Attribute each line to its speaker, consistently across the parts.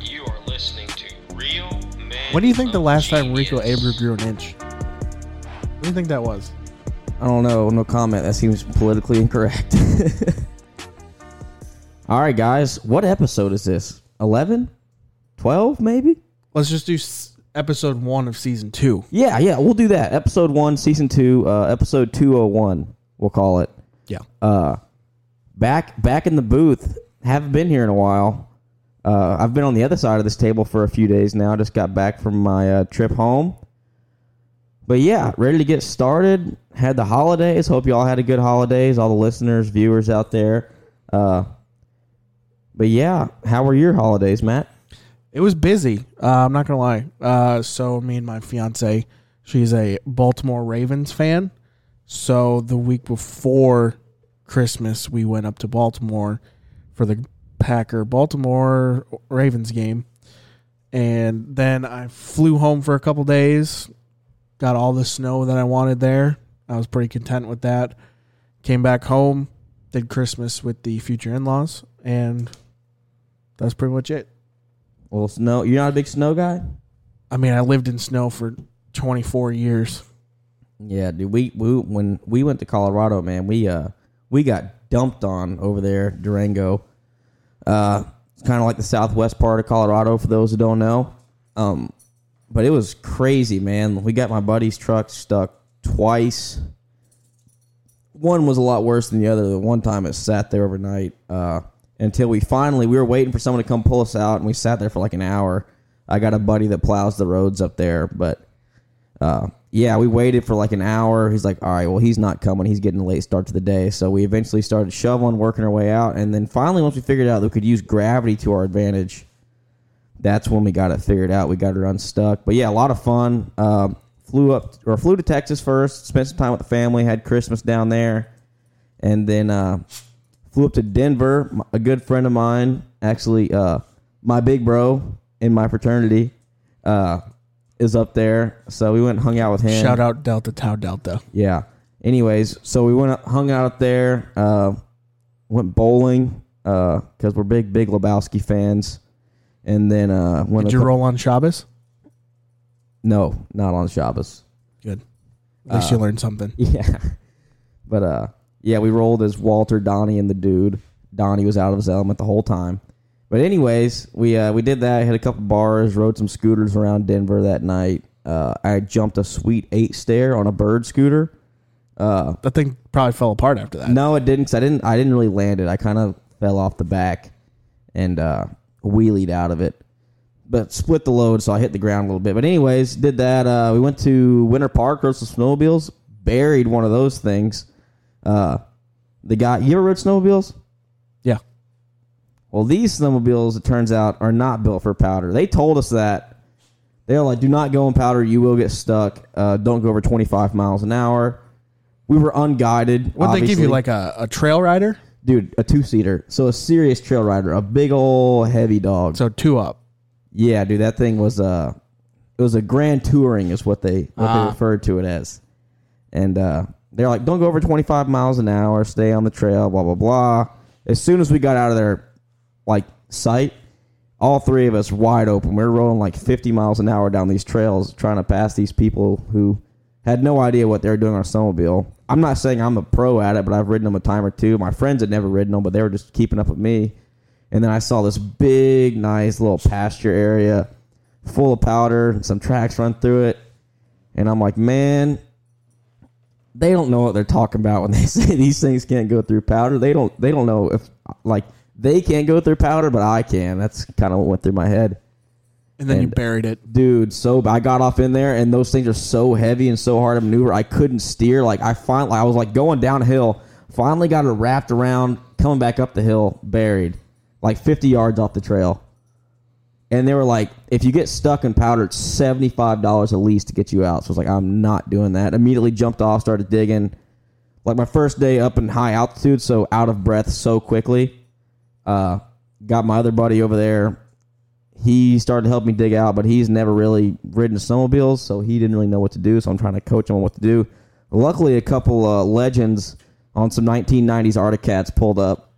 Speaker 1: You are listening to Real Men.
Speaker 2: When do you think the
Speaker 1: of
Speaker 2: last time Rico
Speaker 1: Genius.
Speaker 2: Abreu grew an inch? What do you think that was?
Speaker 3: I don't know. No comment. That seems politically incorrect. All right, guys. What episode is this? 11? 12, maybe?
Speaker 2: Let's just do s- episode one of season two.
Speaker 3: Yeah, yeah. We'll do that. Episode 1, Season 2, uh, Episode 201, we'll call it.
Speaker 2: Yeah.
Speaker 3: back back in the booth. Haven't been here in a while. Uh, I've been on the other side of this table for a few days now. Just got back from my uh, trip home. But yeah, ready to get started. Had the holidays. Hope you all had a good holidays. All the listeners, viewers out there. Uh, but yeah, how were your holidays, Matt?
Speaker 2: It was busy. Uh, I'm not gonna lie. Uh, so me and my fiance, she's a Baltimore Ravens fan. So the week before Christmas, we went up to Baltimore for the Packer Baltimore Ravens game, and then I flew home for a couple days. Got all the snow that I wanted there. I was pretty content with that. Came back home, did Christmas with the future in-laws, and that's pretty much it.
Speaker 3: Well, snow. You're not a big snow guy.
Speaker 2: I mean, I lived in snow for 24 years.
Speaker 3: Yeah, dude. We, we when we went to Colorado, man, we uh we got dumped on over there, Durango. Uh, it's kind of like the southwest part of Colorado for those who don't know. Um, but it was crazy, man. We got my buddy's truck stuck twice. One was a lot worse than the other. The one time it sat there overnight uh, until we finally we were waiting for someone to come pull us out, and we sat there for like an hour. I got a buddy that plows the roads up there, but uh, yeah, we waited for like an hour. He's like, all right, well, he's not coming. He's getting a late start to the day. So we eventually started shoveling, working our way out. And then finally, once we figured out that we could use gravity to our advantage, that's when we got it figured out. We got it unstuck. But yeah, a lot of fun. Um, flew up or flew to Texas first, spent some time with the family, had Christmas down there. And then uh, flew up to Denver. M- A good friend of mine, actually, uh, my big bro in my fraternity, uh, is up there. So we went and hung out with him.
Speaker 2: Shout out Delta Tau Delta.
Speaker 3: Yeah. Anyways, so we went up, hung out there, uh, went bowling because we're big Big Lebowski fans, and then uh, went a
Speaker 2: Did you
Speaker 3: cou-
Speaker 2: roll on Shabbos?
Speaker 3: no, not on Shabbos.
Speaker 2: Good. At least
Speaker 3: Uh,
Speaker 2: you learned something.
Speaker 3: Yeah, but uh, yeah, we rolled as Walter, Donnie, and the dude. Donnie was out of his element the whole time. But anyways, we uh, we did that. Hit a couple bars, rode some scooters around Denver that night. Uh, I jumped a sweet eight stair on a bird scooter.
Speaker 2: That thing probably fell apart after that.
Speaker 3: No, it didn't. Cause I didn't. I didn't really land it. I kind of fell off the back and uh, wheelied out of it, but split the load, so I hit the ground a little bit. But anyways, did that. Uh, we went to Winter Park, rode some snowmobiles, buried one of those things. Uh, the guy, you ever rode snowmobiles?
Speaker 2: Yeah.
Speaker 3: Well, these snowmobiles, it turns out, are not built for powder. They told us that. They were like, do not go in powder. You will get stuck. Uh, don't go over 25 miles an hour. We were unguided.
Speaker 2: Would they give
Speaker 3: obviously
Speaker 2: you like a, a trail rider?
Speaker 3: dude, a two seater. So a serious trail rider, a big old heavy dog.
Speaker 2: So two up.
Speaker 3: yeah, dude, that thing was uh it was a grand touring is what they what they referred to it as. And uh they're like, don't go over twenty five miles an hour, stay on the trail, blah blah blah. As soon as we got out of their like sight, all three of us wide open. We were rolling like fifty miles an hour down these trails, trying to pass these people who had no idea what they were doing on a snowmobile. I'm not saying I'm a pro at it, but I've ridden them a time or two. My friends had never ridden them, but they were just keeping up with me. And then I saw this big, nice little pasture area full of powder and some tracks run through it. And I'm like, man, they don't know what they're talking about when they say these things can't go through powder. They don't they don't know if like they can't go through powder, but I can. That's kind of what went through my head.
Speaker 2: And then you
Speaker 3: And-
Speaker 2: buried it.
Speaker 3: Dude, so I got off in there and those things are so heavy and so hard to maneuver. I couldn't steer. Like I finally I was like going downhill. Finally got it wrapped around, coming back up the hill, buried. Like 50 yards off the trail. And they were like, if you get stuck in powder, it's $75 at least to get you out. So I was like, I'm not doing that. Immediately jumped off, started digging. Like my first day up in high altitude, so out of breath so quickly. Uh, got my other buddy over there. He started to help me dig out, but he's never really ridden snowmobiles, so he didn't really know what to do. So I'm trying to coach him on what to do. Luckily, a couple uh, legends on some 1990s Articats pulled up.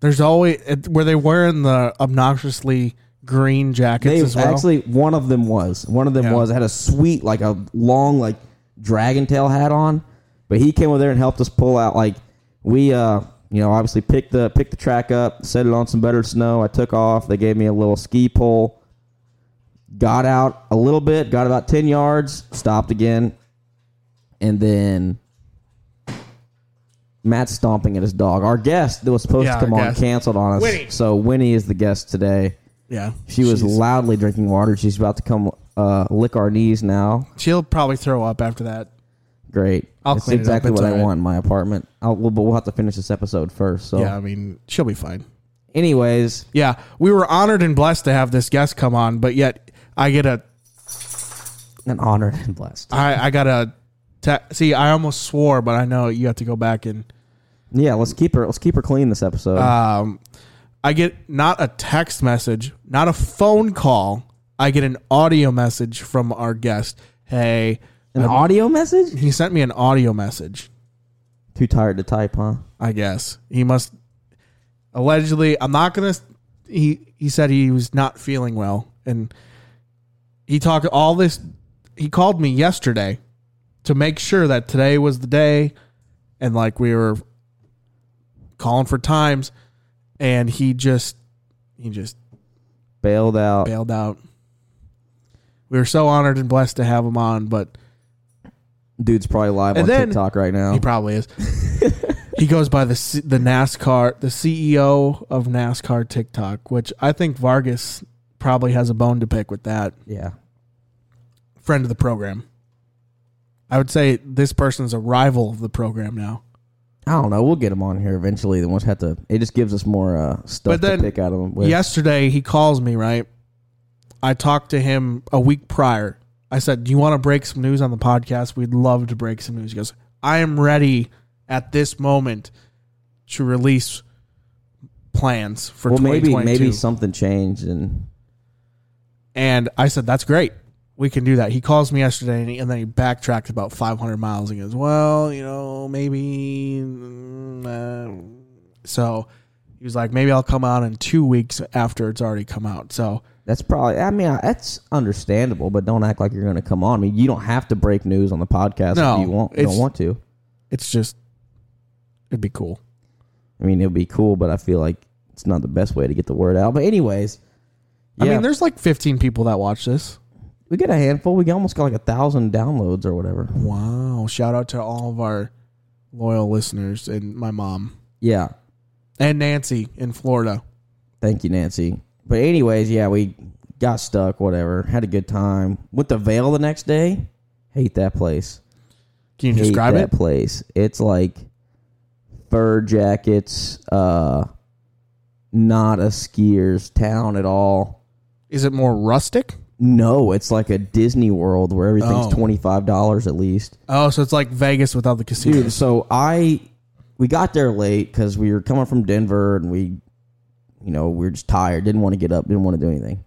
Speaker 2: There's always it- were they wearing the obnoxiously green jackets
Speaker 3: They
Speaker 2: as well?
Speaker 3: actually one of them was one of them
Speaker 2: Yeah.
Speaker 3: was had a sweet like a long like dragon tail hat on, but he came over there and helped us pull out like we uh you know obviously picked the picked the track up, set it on some better snow. I took off. They gave me a little ski pole. Got out a little bit, got about ten yards, stopped again, and then Matt's stomping at his dog. Our guest that was supposed
Speaker 2: Yeah,
Speaker 3: to come
Speaker 2: our
Speaker 3: on
Speaker 2: guest.
Speaker 3: canceled on us,
Speaker 4: Winnie.
Speaker 3: so Winnie is the guest today.
Speaker 2: yeah.
Speaker 3: She was
Speaker 2: She's-
Speaker 3: loudly drinking water. She's about to come uh, lick our knees now.
Speaker 2: she'll probably throw up after that.
Speaker 3: Great.
Speaker 2: I'll
Speaker 3: That's
Speaker 2: clean it up.
Speaker 3: exactly
Speaker 2: It's
Speaker 3: what I
Speaker 2: alright.
Speaker 3: want in my apartment. I'll, well, but we'll have to finish this episode first. So,
Speaker 2: Yeah, I mean, she'll be fine.
Speaker 3: anyways,
Speaker 2: Yeah, we were honored and blessed to have this guest come on, but yet I get a
Speaker 3: an honor and blessed.
Speaker 2: I I got a te- see I almost swore, but I know you have to go back and
Speaker 3: Yeah, let's keep her. Let's keep her clean this episode.
Speaker 2: um I get not a text message, not a phone call. I get an audio message from our guest. Hey,
Speaker 3: an audio message?
Speaker 2: he sent me an audio message.
Speaker 3: Too tired to type, huh?
Speaker 2: I guess he must allegedly. I'm not gonna. He he said he was not feeling well, and he talked all this. He called me yesterday to make sure that today was the day, and like we were calling for times, and he just he just
Speaker 3: Bailed out.
Speaker 2: bailed out. We were so honored and blessed to have him on, but
Speaker 3: Dude's probably live
Speaker 2: And
Speaker 3: on
Speaker 2: then-
Speaker 3: TikTok right now.
Speaker 2: He probably is. he goes by the C- the NASCAR, the CEO of NASCAR TikTok, which I think Vargas probably has a bone to pick with that
Speaker 3: yeah.
Speaker 2: friend of the program. I would say this person's a rival of the program now.
Speaker 3: I don't know. We'll get him on here eventually. Then we'll have to. It just gives us more uh, stuff
Speaker 2: But then-
Speaker 3: to pick out of him. With.
Speaker 2: Yesterday he calls me, right? I talked to him a week prior. I said, "Do you want to break some news on the podcast? We'd love to break some news." He goes, "I am ready at this moment to release plans for
Speaker 3: Well, maybe
Speaker 2: 2022."
Speaker 3: maybe something changed and
Speaker 2: And I said, "That's great. We can do that." He calls me yesterday, and, he, and then he backtracked about 500 miles. He goes, "Well, you know, maybe." mm, uh." so he was like, "Maybe I'll come out in two weeks after it's already come out." So
Speaker 3: That's probably. I mean, I- that's understandable, but don't act like you're going to come on. I mean, you don't have to break news on the podcast
Speaker 2: No,
Speaker 3: if you want.
Speaker 2: it's-
Speaker 3: Don't want to.
Speaker 2: it's just, it'd be cool.
Speaker 3: I mean, it would be cool, but I feel like it's not the best way to get the word out. But anyways, yeah,
Speaker 2: I mean, there's like 15 people that watch this.
Speaker 3: we get a handful. We almost got like a thousand downloads or whatever.
Speaker 2: Wow! Shout out to all of our loyal listeners and my mom
Speaker 3: Yeah,
Speaker 2: and Nancy in Florida.
Speaker 3: thank you, Nancy. But anyways, yeah, we got stuck. Whatever, had a good time. Went to Vale the next day. Hate that place.
Speaker 2: Can you
Speaker 3: hate
Speaker 2: describe
Speaker 3: that
Speaker 2: it?
Speaker 3: place. It's like fur jackets, uh not a skier's town at all.
Speaker 2: Is it more rustic?
Speaker 3: No, it's like a Disney World where everything's
Speaker 2: Oh.
Speaker 3: twenty five dollars at least.
Speaker 2: Oh, so it's like Vegas without the casinos.
Speaker 3: Dude, so I we got there late because we were coming from Denver and we you know, we were just tired, didn't want to get up, didn't want to do anything.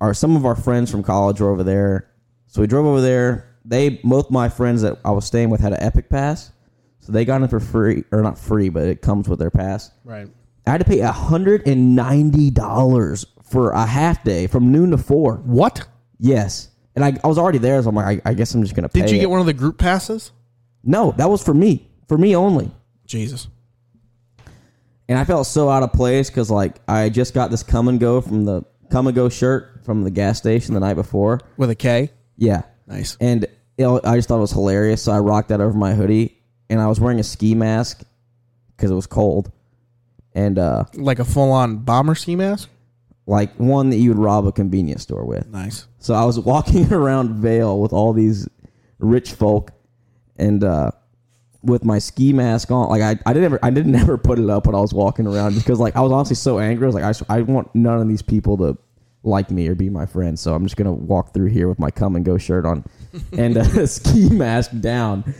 Speaker 3: Our some of our friends from college were over there. So we drove over there. They both my friends that I was staying with had an Epic Pass. So they got in for free or not free, but it comes with their pass.
Speaker 2: Right.
Speaker 3: I had to pay hundred and ninety dollars for a half day from noon to four.
Speaker 2: What?
Speaker 3: Yes. And I, I was already there, so I'm like, I, I guess I'm just gonna pay.
Speaker 2: Did you
Speaker 3: it.
Speaker 2: get one of the group passes?
Speaker 3: No, that was for me. For me only.
Speaker 2: Jesus.
Speaker 3: and I felt so out of place because like I just got this come and go from the come and go shirt from the gas station the night before.
Speaker 2: with a K.
Speaker 3: Yeah,
Speaker 2: Nice.
Speaker 3: and you know, I just thought it was hilarious. So I rocked that over my hoodie, and I was wearing a ski mask because it was cold, and uh,
Speaker 2: Like a full on bomber ski mask.
Speaker 3: like one that you would rob a convenience store with.
Speaker 2: Nice.
Speaker 3: So I was walking around Vale with all these rich folk, and uh, with my ski mask on. Like I, I didn't ever, I didn't ever put it up when I was walking around because like I was honestly so angry. I was like, I, s- I want none of these people to like me or be my friend. So I'm just gonna walk through here with my come and go shirt on and a ski mask down.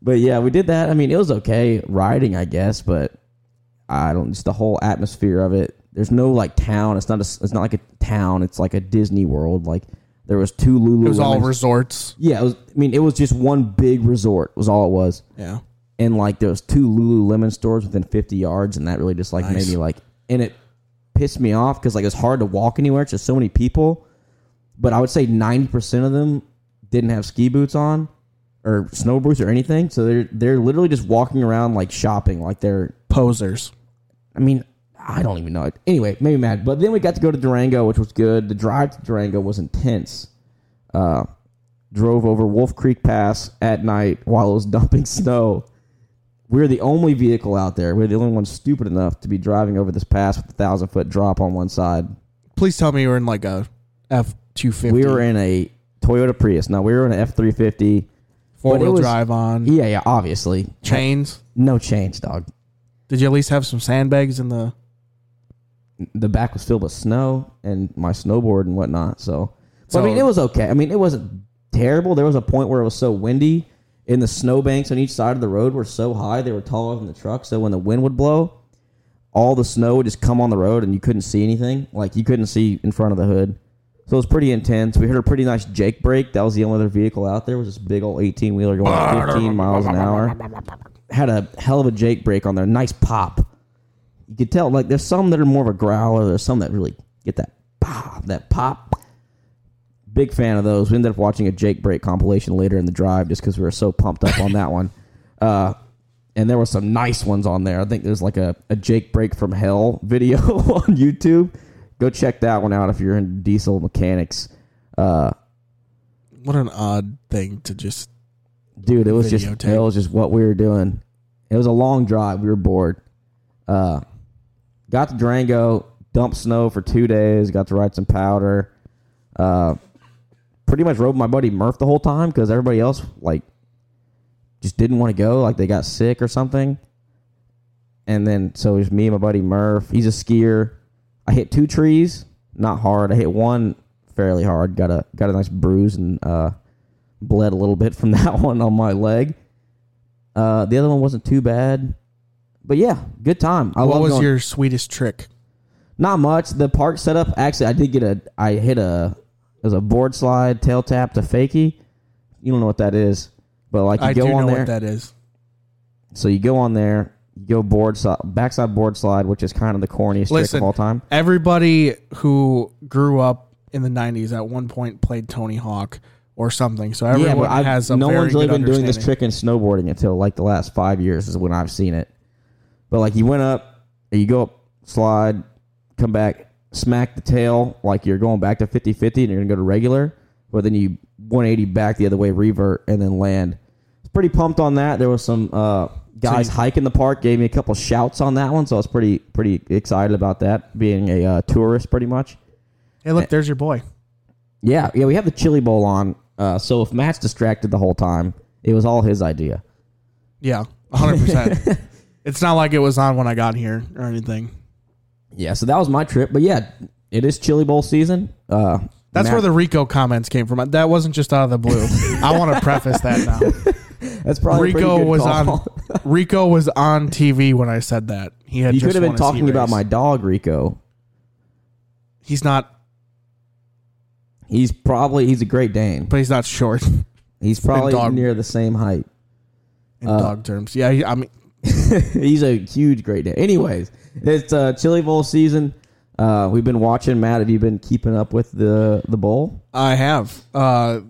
Speaker 3: But yeah, we did that. I mean, it was okay riding, I guess, but I don't just the whole atmosphere of it. There's no like town. It's not. A, s- it's not like a town. It's like a Disney World. Like there was two Lululemon.
Speaker 2: It was all resorts.
Speaker 3: yeah. It was, I mean, it was just one big resort. Was all it was
Speaker 2: Yeah.
Speaker 3: and like there was two Lululemon stores within 50 yards, and that really just like made me like, and it pissed me off because like it's hard to walk anywhere. It's just so many people, but I would say 90 percent of them didn't have ski boots on or snow boots or anything, so they're they're literally just walking around like shopping, like they're.
Speaker 2: Posers.
Speaker 3: I mean, I don't even know. Anyway, maybe mad, but then we got to go to Durango, which was good. The drive to Durango was intense. Uh, drove over Wolf Creek Pass at night while it was dumping snow we're the only vehicle out there. We're the only ones stupid enough to be driving over this pass with a thousand foot drop on one side.
Speaker 2: Please tell me you were in like a F two fifty.
Speaker 3: We were in a Toyota Prius. Now we were in an F three fifty.
Speaker 2: four
Speaker 3: but it
Speaker 2: wheel
Speaker 3: was- e-
Speaker 2: drive on
Speaker 3: Yeah, yeah, obviously.
Speaker 2: chains.
Speaker 3: No change, dog.
Speaker 2: Did you at least have some sandbags in the?
Speaker 3: The back was filled with snow and my snowboard and whatnot. So, but, I
Speaker 2: So-
Speaker 3: mean, it was okay. I mean, it wasn't terrible. There was a point where it was so windy, and the snowbanks on each side of the road were so high they were taller than the truck. So when the wind would blow, all the snow would just come on the road and you couldn't see anything. Like you couldn't see in front of the hood. So it was pretty intense. We heard a pretty nice Jake break. That was the only other vehicle out there. It was this big old eighteen wheeler going 15 miles an hour. Had a hell of a Jake break on there. Nice pop. You could tell like there's some that are more of a growler. There's some that really get that bah, that pop. Big fan of those. We ended up watching a Jake break compilation later in the drive just because we were so pumped up on that one. Uh, and there were some nice ones on there. I think there's like a, a Jake Break from Hell video on YouTube. Go check that one out if you're in diesel mechanics. Uh,
Speaker 2: What an odd thing to just.
Speaker 3: dude, it was just
Speaker 2: Videotape.
Speaker 3: it was just what we were doing. It was a long drive. We were bored. Uh, got to Durango, dumped snow for two days. Got to ride some powder. Uh, pretty much rode with my buddy Murph the whole time because everybody else like just didn't want to go. Like they got sick or something. And then so it was me and my buddy Murph. He's a skier. I hit two trees, not hard. I hit one fairly hard. Got a got a nice bruise and uh, bled a little bit from that one on my leg. Uh, the other one wasn't too bad, but yeah, good time. I
Speaker 2: What
Speaker 3: love
Speaker 2: was
Speaker 3: going-
Speaker 2: your sweetest trick?
Speaker 3: not much. The park setup. Actually, I did get a. I hit a. It was a board slide tail tap to fakie. You don't know what that is, but like you
Speaker 2: I do
Speaker 3: go
Speaker 2: know
Speaker 3: on there.
Speaker 2: what that is.
Speaker 3: So you go on there. You go board slide, backside board slide, which is kind of the corniest trick
Speaker 2: Listen.
Speaker 3: of all time.
Speaker 2: Everybody who grew up in the '90s at one point played Tony Hawk or something. So everyone
Speaker 3: yeah, but I've-
Speaker 2: has a
Speaker 3: no
Speaker 2: very
Speaker 3: one's really
Speaker 2: good
Speaker 3: been doing this
Speaker 2: understanding.
Speaker 3: trick in snowboarding until like the last five years is when I've seen it. But like you went up, you go up, slide, come back, smack the tail like you're going back to 50 50 and you're going to go to regular, but then you 180 back the other way, revert, and then land. I was pretty pumped on that. There was some uh, guys hiking the park, gave me a couple shouts on that one, so I was pretty pretty excited about that being a uh, tourist pretty much.
Speaker 2: Hey, look, there's your boy.
Speaker 3: Yeah, yeah, we have the chili bowl on. Uh, so if Matt's distracted the whole time, it was all his idea.
Speaker 2: Yeah, 100%. it's not like it was on when I got here or anything.
Speaker 3: Yeah, so that was my trip. But yeah, it is chili bowl season. Uh,
Speaker 2: That's
Speaker 3: Matt-
Speaker 2: where the Rico comments came from. That wasn't just out of the blue. I want to preface that now.
Speaker 3: that's probably a pretty
Speaker 2: Rico
Speaker 3: good
Speaker 2: was
Speaker 3: call.
Speaker 2: on Rico was on TV when I said that. He had
Speaker 3: You
Speaker 2: just
Speaker 3: could have been
Speaker 2: won a sea
Speaker 3: talking about
Speaker 2: race.
Speaker 3: my dog Rico.
Speaker 2: He's not,
Speaker 3: He's probably he's a Great Dane.
Speaker 2: but he's not short in
Speaker 3: He's probably
Speaker 2: dog-
Speaker 3: near the same height. Uh.
Speaker 2: dog terms. Yeah, he, I mean,
Speaker 3: he's a huge Great Dane. Anyways, it's uh, chili bowl season. Uh, we've been watching Matt. Have you been keeping up with the the bowl?
Speaker 2: I have. Uh,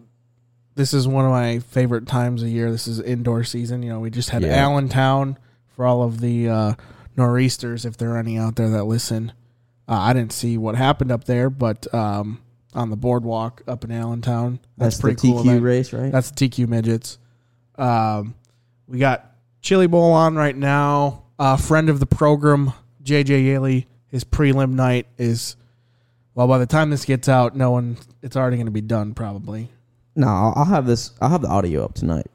Speaker 2: this is one of my favorite times of year. This is indoor season. You know, we just had
Speaker 3: Yeah.
Speaker 2: Allentown for all of the uh, nor'easters, if there are any out there that listen. Uh, I didn't see what happened up there, but um, on the boardwalk up in Allentown,
Speaker 3: That's,
Speaker 2: that's, pretty
Speaker 3: the TQ
Speaker 2: cool. event.
Speaker 3: race, right?
Speaker 2: That's the TQ midgets. Um, we got Chili Bowl on right now. Uh, friend of the program, JJ Yaley, his prelim night is. Well, by the time this gets out, no one, it's already going to be done probably.
Speaker 3: no, I'll I'll have this. I'll have the audio up tonight.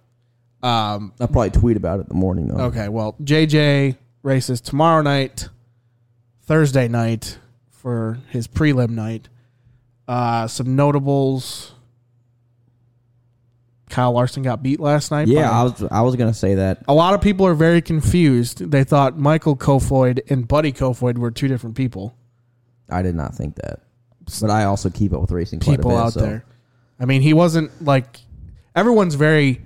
Speaker 2: Um,
Speaker 3: I'll probably tweet about it in the morning though.
Speaker 2: Okay, well, JJ races tomorrow night, Thursday night for his prelim night. Uh, some notables. Kyle Larson got beat last night.
Speaker 3: Yeah,
Speaker 2: by-
Speaker 3: I was I was gonna say that.
Speaker 2: a lot of people are very confused. They thought Michael Kofoid and Buddy Kofoid were two different people.
Speaker 3: I did not think that, but I also keep up with racing. Quite
Speaker 2: people
Speaker 3: a bit,
Speaker 2: out
Speaker 3: so.
Speaker 2: there. I mean, he wasn't like everyone's very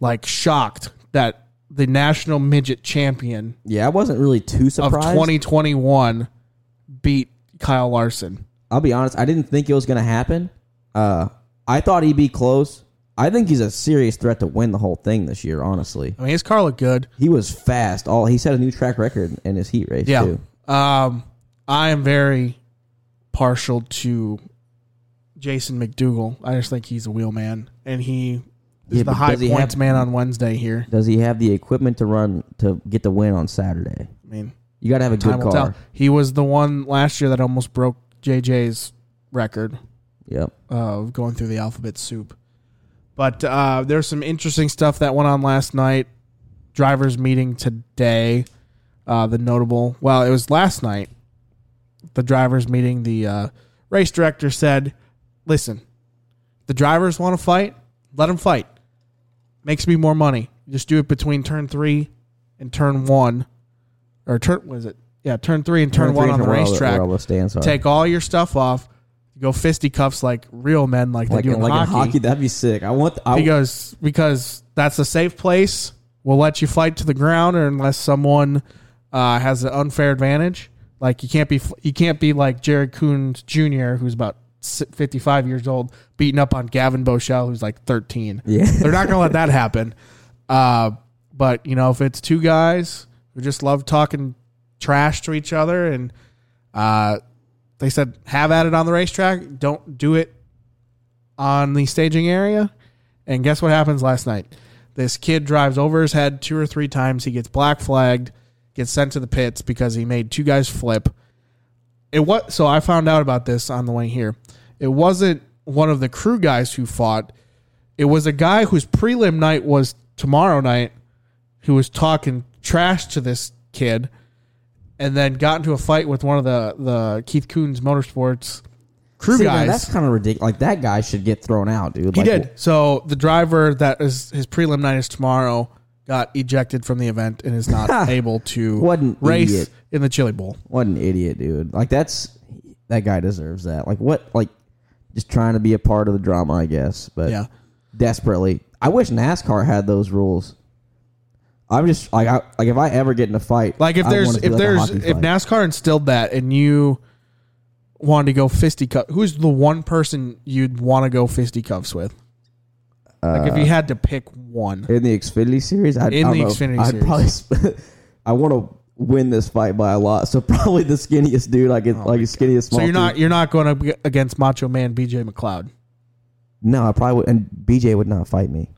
Speaker 2: like shocked that the national midget champion
Speaker 3: Yeah, I wasn't really too
Speaker 2: of
Speaker 3: surprised.
Speaker 2: 2021 beat Kyle Larson.
Speaker 3: I'll be honest. I didn't think it was gonna happen. Uh, I thought he'd be close. I think he's a serious threat to win the whole thing this year. Honestly,
Speaker 2: I mean, his car looked good.
Speaker 3: he was fast. All he set a new track record in his heat race.
Speaker 2: Yeah.
Speaker 3: too.
Speaker 2: Um, I am very partial to Jason McDougal. I just think he's a wheel man, and he is
Speaker 3: Yeah,
Speaker 2: the
Speaker 3: but
Speaker 2: high
Speaker 3: does he
Speaker 2: points
Speaker 3: have-
Speaker 2: man on Wednesday here.
Speaker 3: Does he have the equipment to run to get the win on Saturday?
Speaker 2: I mean,
Speaker 3: You got to have a
Speaker 2: time
Speaker 3: good
Speaker 2: will
Speaker 3: car.
Speaker 2: tell. He was the one last year that almost broke JJ's record.
Speaker 3: Yep.
Speaker 2: uh, of going through the alphabet soup. But uh, there's some interesting stuff that went on last night. Drivers meeting today. Uh, the notable, well, it was last night. The drivers meeting, the uh, race director said, listen, the drivers want to fight, let them fight. Makes me more money. Just do it between turn three and turn one. Or turn, was it? Yeah, turn three and turn,
Speaker 3: Turn
Speaker 2: one
Speaker 3: three
Speaker 2: on the
Speaker 3: where all
Speaker 2: racetrack
Speaker 3: where all those stands are.
Speaker 2: take all your stuff off, go fisticuffs like real men, like,
Speaker 3: like,
Speaker 2: they do in
Speaker 3: like
Speaker 2: hockey.
Speaker 3: in hockey. That'd be sick. I want. I,
Speaker 2: because because that's a safe place. We'll let you fight to the ground, or unless someone uh, has an unfair advantage. Like you can't be you can't be like Jared Coons Jr., who's about s- fifty-five years old, beating up on Gavin Bochelle, who's like thirteen.
Speaker 3: Yeah.
Speaker 2: they're not gonna let that happen. Uh, but you know, if it's two guys who just love talking trash to each other, and uh, they said have at it on the racetrack, don't do it on the staging area. And guess what happens last night? This kid drives over his head two or three times. He gets black flagged, gets sent to the pits because he made two guys flip. It what? So I found out about this on the way here. It wasn't one of the crew guys who fought. It was a guy whose prelim night was tomorrow night, who was talking trash to this kid, and then got into a fight with one of the the Keith Coons Motorsports crew
Speaker 3: See, now
Speaker 2: guys.
Speaker 3: that's kind of ridiculous. Like that guy should get thrown out, dude.
Speaker 2: He
Speaker 3: Like,
Speaker 2: did. So the driver that is his prelim night is tomorrow got ejected from the event and is not able to
Speaker 3: What an
Speaker 2: race
Speaker 3: idiot.
Speaker 2: in the Chili Bowl.
Speaker 3: What an idiot, dude. Like that's that guy deserves that. Like what? Like just trying to be a part of the drama, I guess. But
Speaker 2: Yeah.
Speaker 3: desperately, I wish NASCAR had those rules. I'm just like I, like if I ever get in a fight,
Speaker 2: Like if
Speaker 3: I
Speaker 2: there's
Speaker 3: want it to
Speaker 2: if
Speaker 3: be like a
Speaker 2: there's
Speaker 3: hockey
Speaker 2: if
Speaker 3: fight.
Speaker 2: NASCAR instilled that and you wanted to go fisticuff, who's the one person you'd want to go fisticuffs with? Like
Speaker 3: Uh,
Speaker 2: if you had to pick one,
Speaker 3: in the Xfinity series, I'd,
Speaker 2: In
Speaker 3: I
Speaker 2: the
Speaker 3: don't know,
Speaker 2: Xfinity
Speaker 3: I'd
Speaker 2: series.
Speaker 3: probably sp- I want to win this fight by a lot. So probably the skinniest dude I get, like the skinniest.
Speaker 2: Oh so
Speaker 3: small
Speaker 2: you're not
Speaker 3: dude.
Speaker 2: you're not going up against Macho Man B.J. McLeod.
Speaker 3: No, I probably would, and BJ would not fight me.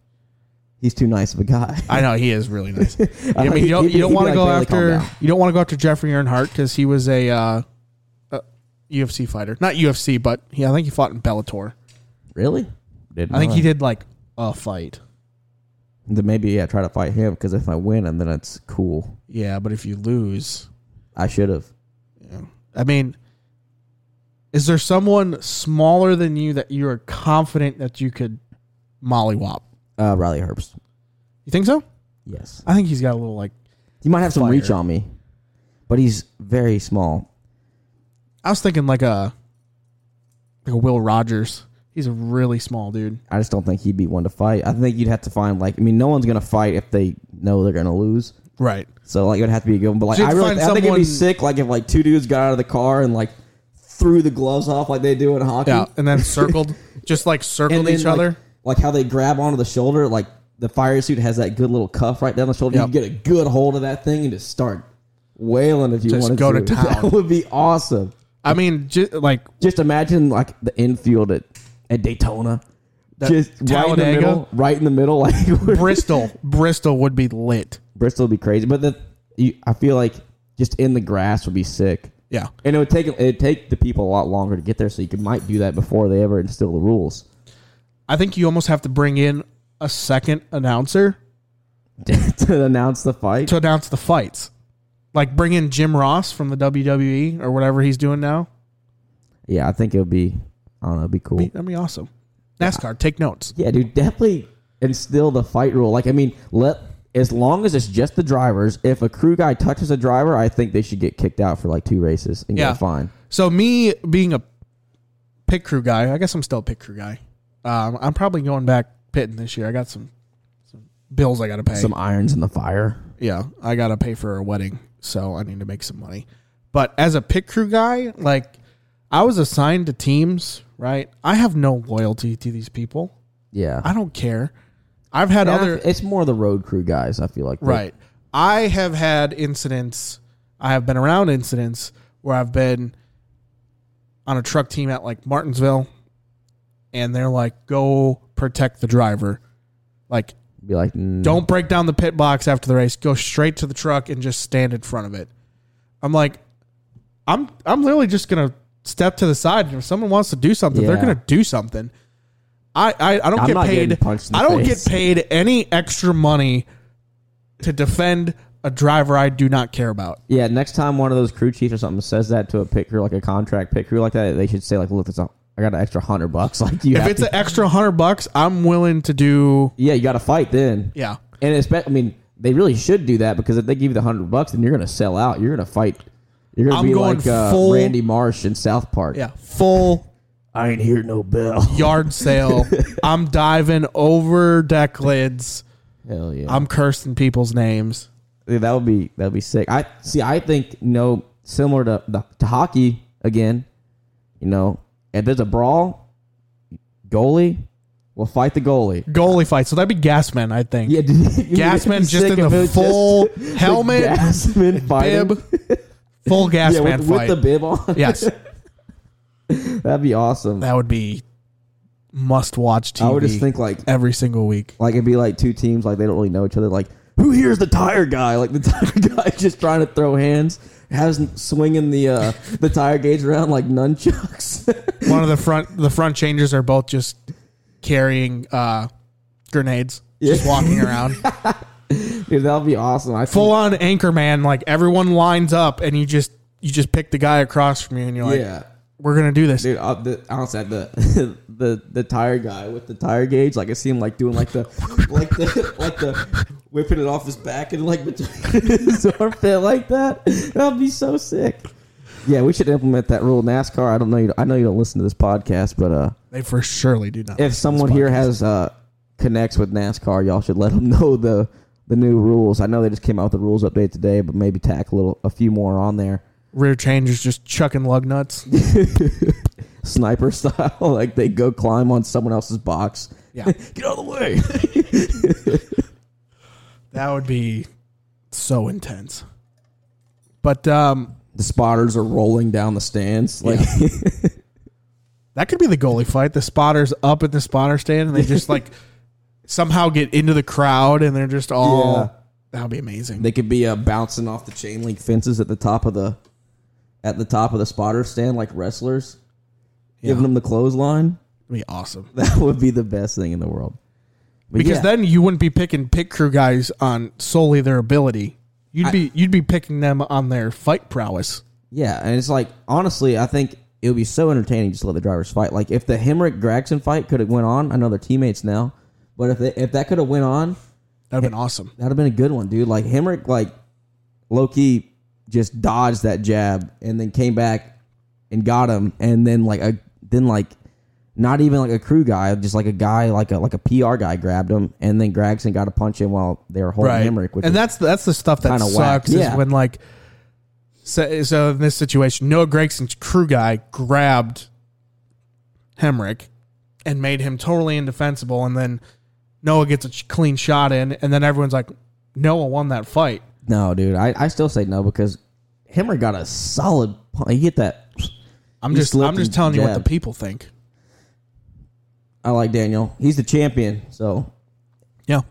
Speaker 3: He's too nice of a guy.
Speaker 2: I know he is really nice. I
Speaker 3: know,
Speaker 2: mean, you
Speaker 3: he-
Speaker 2: don't,
Speaker 3: he'd
Speaker 2: you
Speaker 3: be-
Speaker 2: don't
Speaker 3: he'd
Speaker 2: want to
Speaker 3: be
Speaker 2: go
Speaker 3: like, "Barely calm
Speaker 2: after
Speaker 3: down."
Speaker 2: you don't want to go after Jeffrey Earnhardt because he was a, uh, a UFC fighter, not UFC, but he, I think he fought in Bellator.
Speaker 3: Really? Did
Speaker 2: I think he did like a fight.
Speaker 3: Then maybe yeah, try to fight him because if I win him, then it's cool.
Speaker 2: Yeah, but if you lose,
Speaker 3: I should have.
Speaker 2: I mean, is there someone smaller than you that you are confident that you could mollywop?
Speaker 3: Uh, Riley Herbst.
Speaker 2: You think so?
Speaker 3: Yes,
Speaker 2: I think he's got a little like.
Speaker 3: he might have some
Speaker 2: Fire.
Speaker 3: reach on me, but he's very small.
Speaker 2: I was thinking like a like a Will Rogers. He's a really small dude.
Speaker 3: I just don't think he'd be one to fight. I think you'd have to find like I mean, no one's gonna fight if they know they're gonna lose.
Speaker 2: Right.
Speaker 3: So like it would have to be a good one. But like
Speaker 2: So you'd
Speaker 3: I really,
Speaker 2: find
Speaker 3: I think it'd be
Speaker 2: someone-
Speaker 3: sick. Like if like two dudes got out of the car and like threw the gloves off like they do in hockey.
Speaker 2: Yeah, and then circled, just like circled
Speaker 3: then,
Speaker 2: each
Speaker 3: like-
Speaker 2: other.
Speaker 3: Like how they grab onto the shoulder, like the fire suit has that good little cuff right down the shoulder.
Speaker 2: Yep.
Speaker 3: You can get a good hold of that thing and just start wailing if you
Speaker 2: Just
Speaker 3: wanted
Speaker 2: go to
Speaker 3: to.
Speaker 2: town.
Speaker 3: That would be awesome.
Speaker 2: I mean, just like
Speaker 3: Just imagine like the infield at, at Daytona. Just right in the
Speaker 2: Talladega?
Speaker 3: middle, right in the middle, like
Speaker 2: Bristol. Bristol would be lit.
Speaker 3: Bristol would be crazy. But the, you, I feel like just in the grass would be sick.
Speaker 2: Yeah.
Speaker 3: And it would take it would take the people a lot longer to get there, so you could, might do that before they ever instill the rules.
Speaker 2: I think you almost have to bring in a second announcer
Speaker 3: to announce the fight.
Speaker 2: to announce the fights. Like bring in Jim Ross from the WWE or whatever he's doing now.
Speaker 3: Yeah, I think it would be. I don't know. It'd be cool.
Speaker 2: That'd be awesome. NASCAR, take notes.
Speaker 3: yeah, dude, definitely instill the fight rule. Like, I mean, let as long as it's just the drivers. If a crew guy touches a driver, I think they should get kicked out for like two races and
Speaker 2: Yeah.
Speaker 3: get fined.
Speaker 2: So me being a pit crew guy, I guess I'm still a pit crew guy. Um, I'm probably going back pitting this year. I got some, some bills I got to pay.
Speaker 3: Some irons in the fire.
Speaker 2: yeah, I got to pay for a wedding, so I need to make some money. But as a pit crew guy, like I was assigned to teams, right? I have no loyalty to these people.
Speaker 3: Yeah,
Speaker 2: I don't care. I've had
Speaker 3: And I-
Speaker 2: other
Speaker 3: it's more the road crew guys. I feel like
Speaker 2: Right. I have had incidents, I have been around incidents where I've been on a truck team at like Martinsville and they're like, go protect the driver. Like,
Speaker 3: They'd Be like, "Mm,
Speaker 2: don't break down the pit box after the race. Go straight to the truck and just stand in front of it. I'm like, I'm I'm literally just gonna step to the side. And if someone wants to do something, they're
Speaker 3: Yeah.
Speaker 2: gonna do something. I I, I don't
Speaker 3: I'm
Speaker 2: get
Speaker 3: not getting
Speaker 2: paid.
Speaker 3: punched in the
Speaker 2: I don't
Speaker 3: face.
Speaker 2: get paid any extra money to defend a driver I do not care about.
Speaker 3: Yeah, next time one of those crew chiefs or something says that to a pit crew, like a contract pit crew like that, they should say like, "Look, it's a, I got an extra hundred bucks. Like you,
Speaker 2: If
Speaker 3: have
Speaker 2: it's
Speaker 3: to-
Speaker 2: an extra hundred bucks, I'm willing to do.
Speaker 3: yeah, you got to fight then.
Speaker 2: Yeah,
Speaker 3: And especially, I mean, they really should do that because if they give you the hundred bucks, then you're gonna sell out. You're gonna fight. You're gonna
Speaker 2: I'm
Speaker 3: be
Speaker 2: going
Speaker 3: like uh,
Speaker 2: full-
Speaker 3: Randy Marsh in South Park.
Speaker 2: yeah, full
Speaker 3: I ain't hear no bell.
Speaker 2: yard sale. I'm diving over deck lids.
Speaker 3: Hell yeah,
Speaker 2: I'm cursing people's names.
Speaker 3: Dude, that would be that would be sick. I see. I think you know, similar to the, to hockey again. You know, if there's a brawl, goalie will fight the goalie.
Speaker 2: Goalie fight. So that'd be Gasman, I think.
Speaker 3: Yeah, dude,
Speaker 2: Gasman just in the full helmet,
Speaker 3: Gasman fighting.
Speaker 2: bib, full Gasman
Speaker 3: yeah, with, with
Speaker 2: fight.
Speaker 3: the bib on.
Speaker 2: yes,
Speaker 3: that'd be awesome.
Speaker 2: that would be must-watch TV.
Speaker 3: I would just think like
Speaker 2: every single week.
Speaker 3: like it'd be like two teams like they don't really know each other. Like who here's the tire guy? Like the tire guy just trying to throw hands, has swinging the uh, the tire gauge around like nunchucks.
Speaker 2: One of the front the front changers are both just carrying uh, grenades, just walking around.
Speaker 3: Dude, that'll be awesome. I
Speaker 2: full on anchor man. Like everyone lines up, and you just you just pick the guy across from you, and you're
Speaker 3: think,
Speaker 2: like,
Speaker 3: yeah.
Speaker 2: "We're gonna do this."
Speaker 3: Dude, uh, the, honestly, the the the tire guy with the tire gauge, like I see him like doing like the like the like the whipping it off his back and like between his armpit like that. That'd be so sick. Yeah, we should implement that rule. in NASCAR. I don't know. You, I know you don't listen to this podcast, but uh,
Speaker 2: They for surely do not.
Speaker 3: if someone here has uh connects with NASCAR, y'all should let them know the the new rules. I know they just came out with the rules update today, but maybe tack a little a few more on there.
Speaker 2: Rear changers just chucking lug nuts.
Speaker 3: sniper style. Like they go climb on someone else's box.
Speaker 2: Yeah.
Speaker 3: Get out of the way.
Speaker 2: That would be so intense. But um,
Speaker 3: the spotters are rolling down the stands. Like
Speaker 2: that could be the goalie fight. The spotters up at the spotter stand, and they just like somehow get into the crowd, and they're just all.
Speaker 3: Yeah.
Speaker 2: That would be amazing.
Speaker 3: they could be uh, bouncing off the chain link fences at the top of the at the top of the spotter stand like wrestlers. Giving them the clothesline.
Speaker 2: That'd be awesome.
Speaker 3: That would be the best thing in the world. But
Speaker 2: Because
Speaker 3: yeah,
Speaker 2: then you wouldn't be picking pit crew guys on solely their ability. You'd be you'd be picking them on their fight prowess.
Speaker 3: Yeah, and it's like honestly, I think it would be so entertaining just to let the drivers fight. Like if the Hemrick Gregson fight could have went on, I know they're teammates now, but if they, if that could have went on,
Speaker 2: That'd have been awesome.
Speaker 3: That'd have been a good one, dude. Like Hemrick, like low key just dodged that jab and then came back and got him, and then like a then like not even like a crew guy, just like a guy like a like a PR guy grabbed him, and then Gregson got a punch in while they were holding Hemrick, which was-
Speaker 2: and that's that's the stuff that
Speaker 3: kinda whack.
Speaker 2: sucks. Is
Speaker 3: Yeah.
Speaker 2: when like so, so in this situation, Noah Gregson's crew guy grabbed Hemrick and made him totally indefensible, and then Noah gets a ch- clean shot in, and then everyone's like, Noah won that fight.
Speaker 3: no, dude. I I still say no because Hemmer got a solid. pu- He hit that.
Speaker 2: I'm
Speaker 3: You
Speaker 2: just
Speaker 3: slipped
Speaker 2: I'm just
Speaker 3: and
Speaker 2: telling you what the
Speaker 3: jabbed.
Speaker 2: people think.
Speaker 3: I like Daniel. He's the champion, so
Speaker 2: Yeah.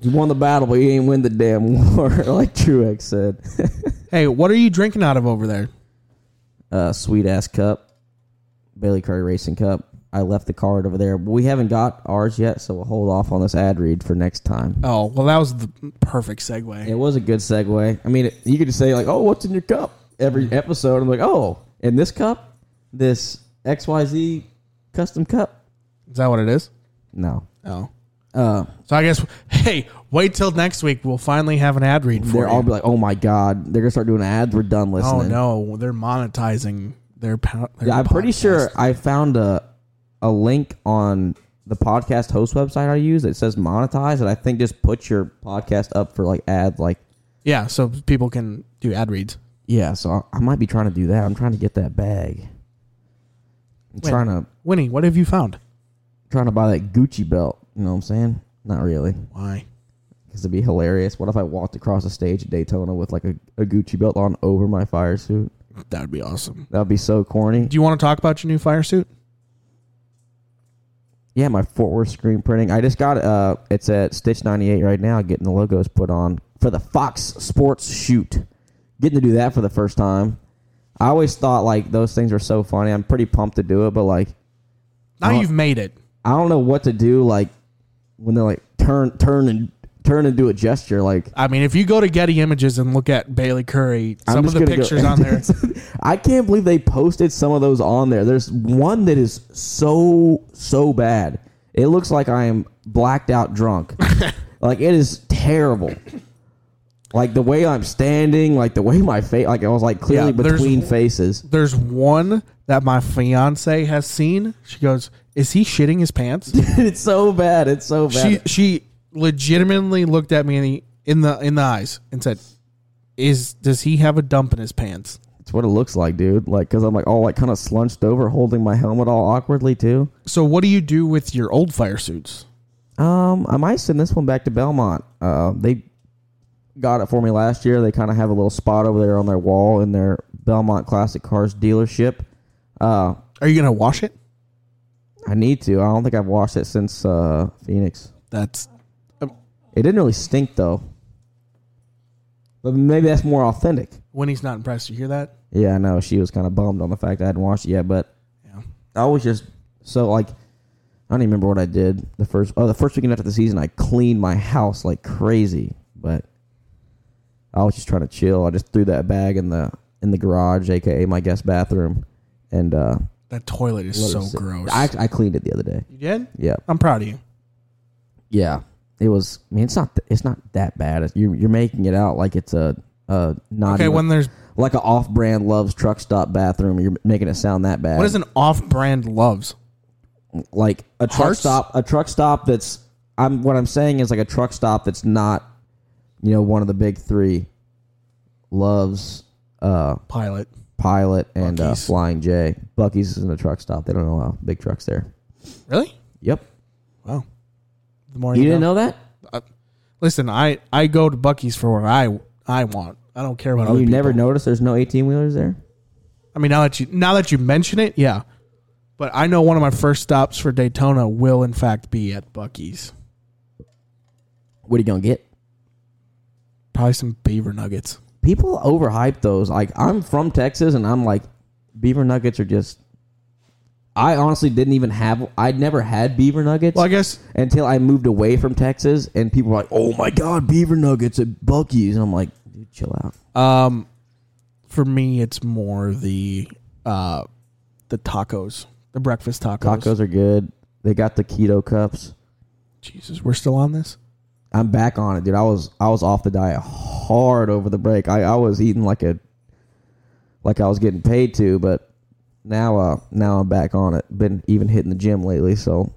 Speaker 3: he won the battle, but he ain't win the damn war, like Truex said.
Speaker 2: Hey, what are you drinking out of over there?
Speaker 3: uh, sweet ass cup, Bailey Curry Racing Cup. I left the card over there, but we haven't got ours yet, so we'll hold off on this ad read for next time.
Speaker 2: Oh, well, that was the perfect segue.
Speaker 3: It was a good segue. I mean, it, you could just say like, "Oh, what's in your cup?" Every episode, I'm like, "Oh, in this cup, this X Y Z custom cup."
Speaker 2: Is that what it is?
Speaker 3: No,
Speaker 2: Oh.
Speaker 3: uh,
Speaker 2: So I guess, hey, wait till next week. We'll finally have an ad read for
Speaker 3: they're
Speaker 2: you.
Speaker 3: all be like, "Oh my god, they're gonna start doing ads. We're done
Speaker 2: oh,
Speaker 3: listening."
Speaker 2: no. They're monetizing their, po- their
Speaker 3: Yeah, I'm pretty
Speaker 2: podcast.
Speaker 3: sure I found a a link on the podcast host website I use that says monetize, and I think just put your podcast up for like ad like
Speaker 2: Yeah, so people can do ad reads.
Speaker 3: yeah. So I, I might be trying to do that. I'm trying to get that bag. I'm
Speaker 2: Wait.
Speaker 3: trying to
Speaker 2: Winnie, what have you found?
Speaker 3: trying to buy that Gucci belt. You know what I'm saying? Not really,
Speaker 2: Why?
Speaker 3: because it'd be hilarious. What if I walked across the stage at Daytona with like a, a Gucci belt on over my fire suit?
Speaker 2: That would be awesome.
Speaker 3: That'd be so corny.
Speaker 2: Do you want to talk about your new fire suit?
Speaker 3: Yeah, my Fort Worth screen printing. I just got uh, it's at Stitch ninety eight right now, getting the logos put on for the Fox Sports shoot. Getting to do that for the first time. I always thought like those things were so funny. I'm pretty pumped to do it, but like
Speaker 2: Now
Speaker 3: Uh,
Speaker 2: you've made it.
Speaker 3: I don't know what to do. Like when they're like turn, turn, and turn and do a gesture. Like
Speaker 2: I mean, if you go to Getty Images and look at Bailey Curry,
Speaker 3: I'm
Speaker 2: some
Speaker 3: just
Speaker 2: of the
Speaker 3: gonna go-
Speaker 2: pictures on there.
Speaker 3: I can't believe they posted some of those on there. There's one that is so so bad. It looks like I am blacked out drunk. like it is terrible. Like the way I'm standing, like the way my face, like I was like clearly
Speaker 2: Yeah, there's-
Speaker 3: between faces.
Speaker 2: There's one that my fiance has seen. She goes, "Is he shitting his pants?"
Speaker 3: it's so bad. It's so
Speaker 2: she
Speaker 3: bad.
Speaker 2: she legitimately looked at me in the in the in the eyes and said, "Is does he have a dump in his pants?"
Speaker 3: it's what it looks like, dude. Like because I'm like all like kind of slunched over, holding my helmet all awkwardly too.
Speaker 2: So what do you do with your old fire suits?
Speaker 3: Um, I might send this one back to Belmont. Uh, they got it for me last year. They kind of have a little spot over there on their wall in their Belmont Classic Cars dealership. Uh,
Speaker 2: Are you gonna wash it?
Speaker 3: I need to. I don't think I've washed it since uh, Phoenix.
Speaker 2: That's
Speaker 3: It didn't really stink though, but maybe that's more authentic.
Speaker 2: when he's not impressed. You hear that?
Speaker 3: Yeah, I know. She was kind of bummed on the fact I hadn't watched it yet, but
Speaker 2: Yeah.
Speaker 3: I was just so like I don't even remember what I did the first oh the first weekend after the season I cleaned my house like crazy, but I was just trying to chill. I just threw that bag in the in the garage, aka my guest bathroom, and uh
Speaker 2: That toilet is
Speaker 3: let it
Speaker 2: so
Speaker 3: sit.
Speaker 2: gross.
Speaker 3: I I cleaned it the other day.
Speaker 2: you did?
Speaker 3: Yeah,
Speaker 2: I'm proud of you.
Speaker 3: yeah. It was. I mean, it's not. th- It's not that bad. You're you're making it out like it's a a not
Speaker 2: Okay, when there's
Speaker 3: like an off-brand loves truck stop bathroom. You're making it sound that bad.
Speaker 2: what is an off-brand loves?
Speaker 3: like a truck
Speaker 2: Hearts?
Speaker 3: stop a truck stop that's I'm what I'm saying is like a truck stop that's not you know one of the big 3 loves uh
Speaker 2: Pilot.
Speaker 3: pilot and uh,
Speaker 2: Buc-ee's.
Speaker 3: flying J Bucky's isn't a truck stop they don't allow big trucks there
Speaker 2: Really?
Speaker 3: yep
Speaker 2: Wow. The more
Speaker 3: you didn't know that
Speaker 2: Listen, I I go to Bucky's for what I I want. I don't care about other
Speaker 3: you
Speaker 2: people.
Speaker 3: never noticed there's no 18 wheelers there
Speaker 2: I mean, now that you now that you mention it, yeah. But I know one of my first stops for Daytona will in fact be at Bucky's.
Speaker 3: what are you going to get
Speaker 2: Probably some beaver nuggets.
Speaker 3: people overhype those like I'm from Texas and I'm like beaver nuggets are just I honestly didn't even have I'd never had beaver nuggets
Speaker 2: Well, I guess
Speaker 3: until I moved away from Texas, and people were like, "Oh my God, beaver nuggets at Bucky's," and I'm like, "Dude, chill out."
Speaker 2: um, for me, it's more the uh, the tacos, the breakfast tacos.
Speaker 3: Tacos are good. They got the keto cups.
Speaker 2: Jesus, we're still on this.
Speaker 3: I'm back on it, dude. I was I was off the diet hard over the break. I, I was eating like a like I was getting paid to, but now uh now I'm back on it. Been even hitting the gym lately, so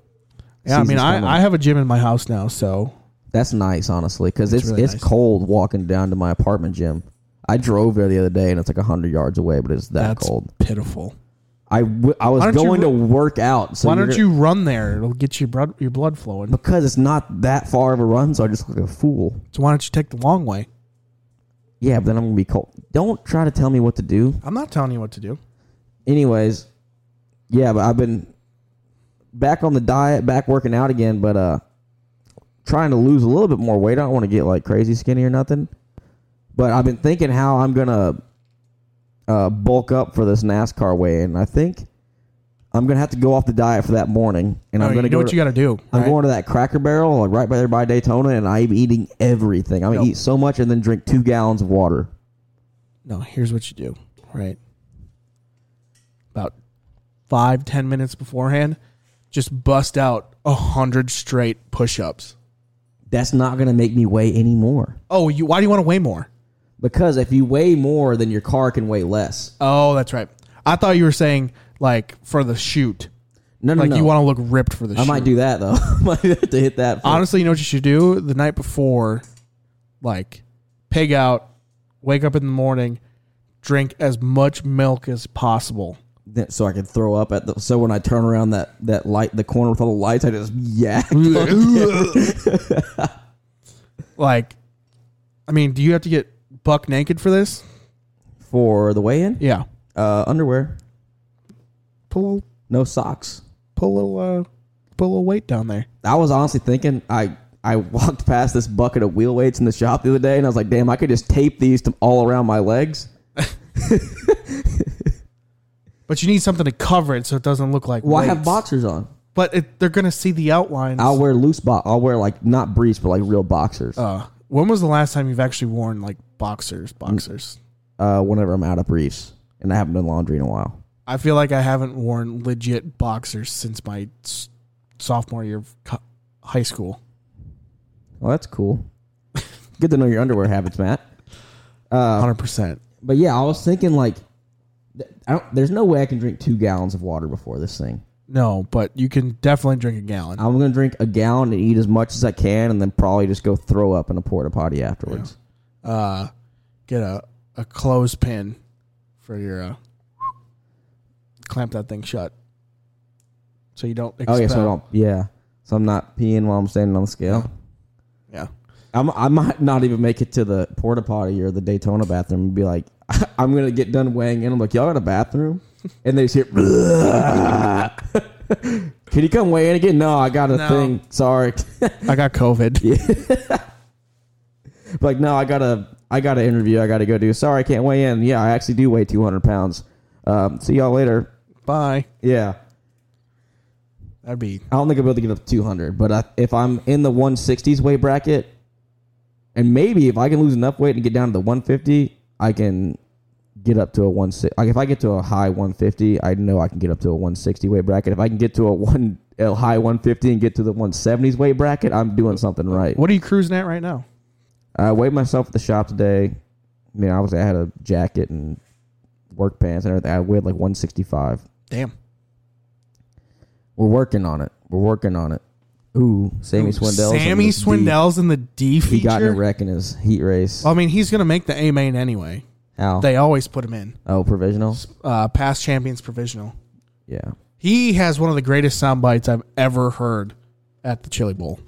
Speaker 2: Yeah, I mean,
Speaker 3: season's coming.
Speaker 2: I, I have a gym in my house now, so
Speaker 3: That's nice, honestly, because it's
Speaker 2: It's
Speaker 3: it's,
Speaker 2: really nice.
Speaker 3: cold walking down to my apartment gym. I drove there the other day, and it's like hundred yards away, but it's that
Speaker 2: that's
Speaker 3: cold.
Speaker 2: pitiful.
Speaker 3: I, w- I was
Speaker 2: Why don't you
Speaker 3: going to
Speaker 2: ru-
Speaker 3: work out. So
Speaker 2: Why
Speaker 3: you're
Speaker 2: don't
Speaker 3: gonna-
Speaker 2: you run there? It'll get your blood your blood flowing.
Speaker 3: Because it's not that far of a run, so I just look like a fool.
Speaker 2: So why don't you take the long way?
Speaker 3: Yeah, but then I'm gonna be cold. Don't try to tell me what to do.
Speaker 2: I'm not telling you what to do.
Speaker 3: Anyways, yeah, but I've been back on the diet, back working out again, but uh, trying to lose a little bit more weight. I don't want to get like crazy skinny or nothing. But I've been thinking how I'm gonna uh, bulk up for this NASCAR weigh-in. I think I'm gonna have to go off the diet for that morning, and I'm
Speaker 2: No,
Speaker 3: gonna
Speaker 2: you
Speaker 3: go
Speaker 2: know what
Speaker 3: to-
Speaker 2: you got to do.
Speaker 3: I'm
Speaker 2: right?
Speaker 3: going to that Cracker Barrel, like right by there by Daytona, and I'm eating everything. I'm gonna
Speaker 2: Yep.
Speaker 3: eat so much and then drink two gallons of water.
Speaker 2: No, here's what you do. Right. About five, ten minutes beforehand, just bust out a hundred straight push ups.
Speaker 3: That's not gonna make me weigh any more
Speaker 2: Oh, you why do you want to weigh more?
Speaker 3: because if you weigh more, then your car can weigh less.
Speaker 2: Oh, that's right. I thought you were saying like for the shoot.
Speaker 3: No, no,
Speaker 2: Like
Speaker 3: no.
Speaker 2: you want to look ripped for the
Speaker 3: I
Speaker 2: shoot.
Speaker 3: might do that though. I might have to hit that. first.
Speaker 2: Honestly, you know what you should do? The night before, like pig out, wake up in the morning, drink as much milk as possible.
Speaker 3: Then- so I could throw up at the. So when I turn around that that light, the corner with all the lights, I just yeah.
Speaker 2: like I mean, do you have to get buck naked for this?
Speaker 3: for the weigh in.
Speaker 2: Yeah.
Speaker 3: Uh, underwear,
Speaker 2: Pull a little
Speaker 3: no socks.
Speaker 2: put a little uh, put a little weight down there.
Speaker 3: I was honestly thinking I I walked past this bucket of wheel weights in the shop the other day, and I was like, damn, I could just tape these to all around my legs.
Speaker 2: But you need something to cover it so it doesn't look like.
Speaker 3: Well, I have
Speaker 2: weights.
Speaker 3: boxers on.
Speaker 2: But it, they're gonna see the outlines.
Speaker 3: I'll wear loose box. I'll wear like not briefs, but like real boxers. Uh,
Speaker 2: uh, when was the last time you've actually worn like
Speaker 3: Mm.
Speaker 2: boxers? Boxers.
Speaker 3: uh, whenever I'm out of briefs, and I haven't done laundry in a while.
Speaker 2: I feel like I haven't worn legit boxers since my s- sophomore year of co- high school.
Speaker 3: Well, that's cool. Good to know your underwear habits, Matt. Uh,
Speaker 2: Hundred percent.
Speaker 3: But yeah, I was thinking like, th- I don't, there's no way I can drink two gallons of water before this thing.
Speaker 2: No, but you can definitely drink a gallon.
Speaker 3: I'm gonna drink a gallon and eat as much as I can, and then probably just go throw up in a porta potty afterwards.
Speaker 2: Uh, get a a clothespin for your uh, clamp that thing shut. So you don't.
Speaker 3: Oh yeah, so I
Speaker 2: expel.
Speaker 3: don't. Yeah, so I'm not peeing while I'm standing on the scale.
Speaker 2: Yeah.
Speaker 3: I'm, I might not even make it to the porta potty or the Daytona bathroom and be like, I'm gonna get done weighing in. I'm like, y'all got a bathroom? And they just hear, can you come weigh in again? No, I got a
Speaker 2: No.
Speaker 3: thing. Sorry.
Speaker 2: I got COVID.
Speaker 3: like, no, I got a, I got an interview. I got to go do. Sorry, I can't weigh in. Yeah, I actually do weigh 200 pounds. Um, see y'all later.
Speaker 2: Bye.
Speaker 3: Yeah.
Speaker 2: That'd be
Speaker 3: I don't think I'll be able to get up to 200, but I, if I'm in the 160s weight bracket, and maybe if I can lose enough weight and get down to the 150, I can get up to a 160. Like if I get to a high 150, I know I can get up to a 160 weight bracket. If I can get to a one a high 150 and get to the 170s weight bracket, I'm doing something right.
Speaker 2: What are you cruising at right now?
Speaker 3: I weighed myself at the shop today. I mean, obviously I had a jacket and work pants and everything. I weighed like 165.
Speaker 2: Damn.
Speaker 3: We're working on it. We're working on it. Ooh, Sammy Swindell.
Speaker 2: Sammy Swindell's in the D feature.
Speaker 3: He got in a wreck in his heat race.
Speaker 2: I mean, he's going to make the A main anyway.
Speaker 3: How?
Speaker 2: They always put him in.
Speaker 3: oh, provisional.
Speaker 2: Uh, past champions provisional.
Speaker 3: Yeah,
Speaker 2: He has one of the greatest sound bites I've ever heard at the Chili Bowl.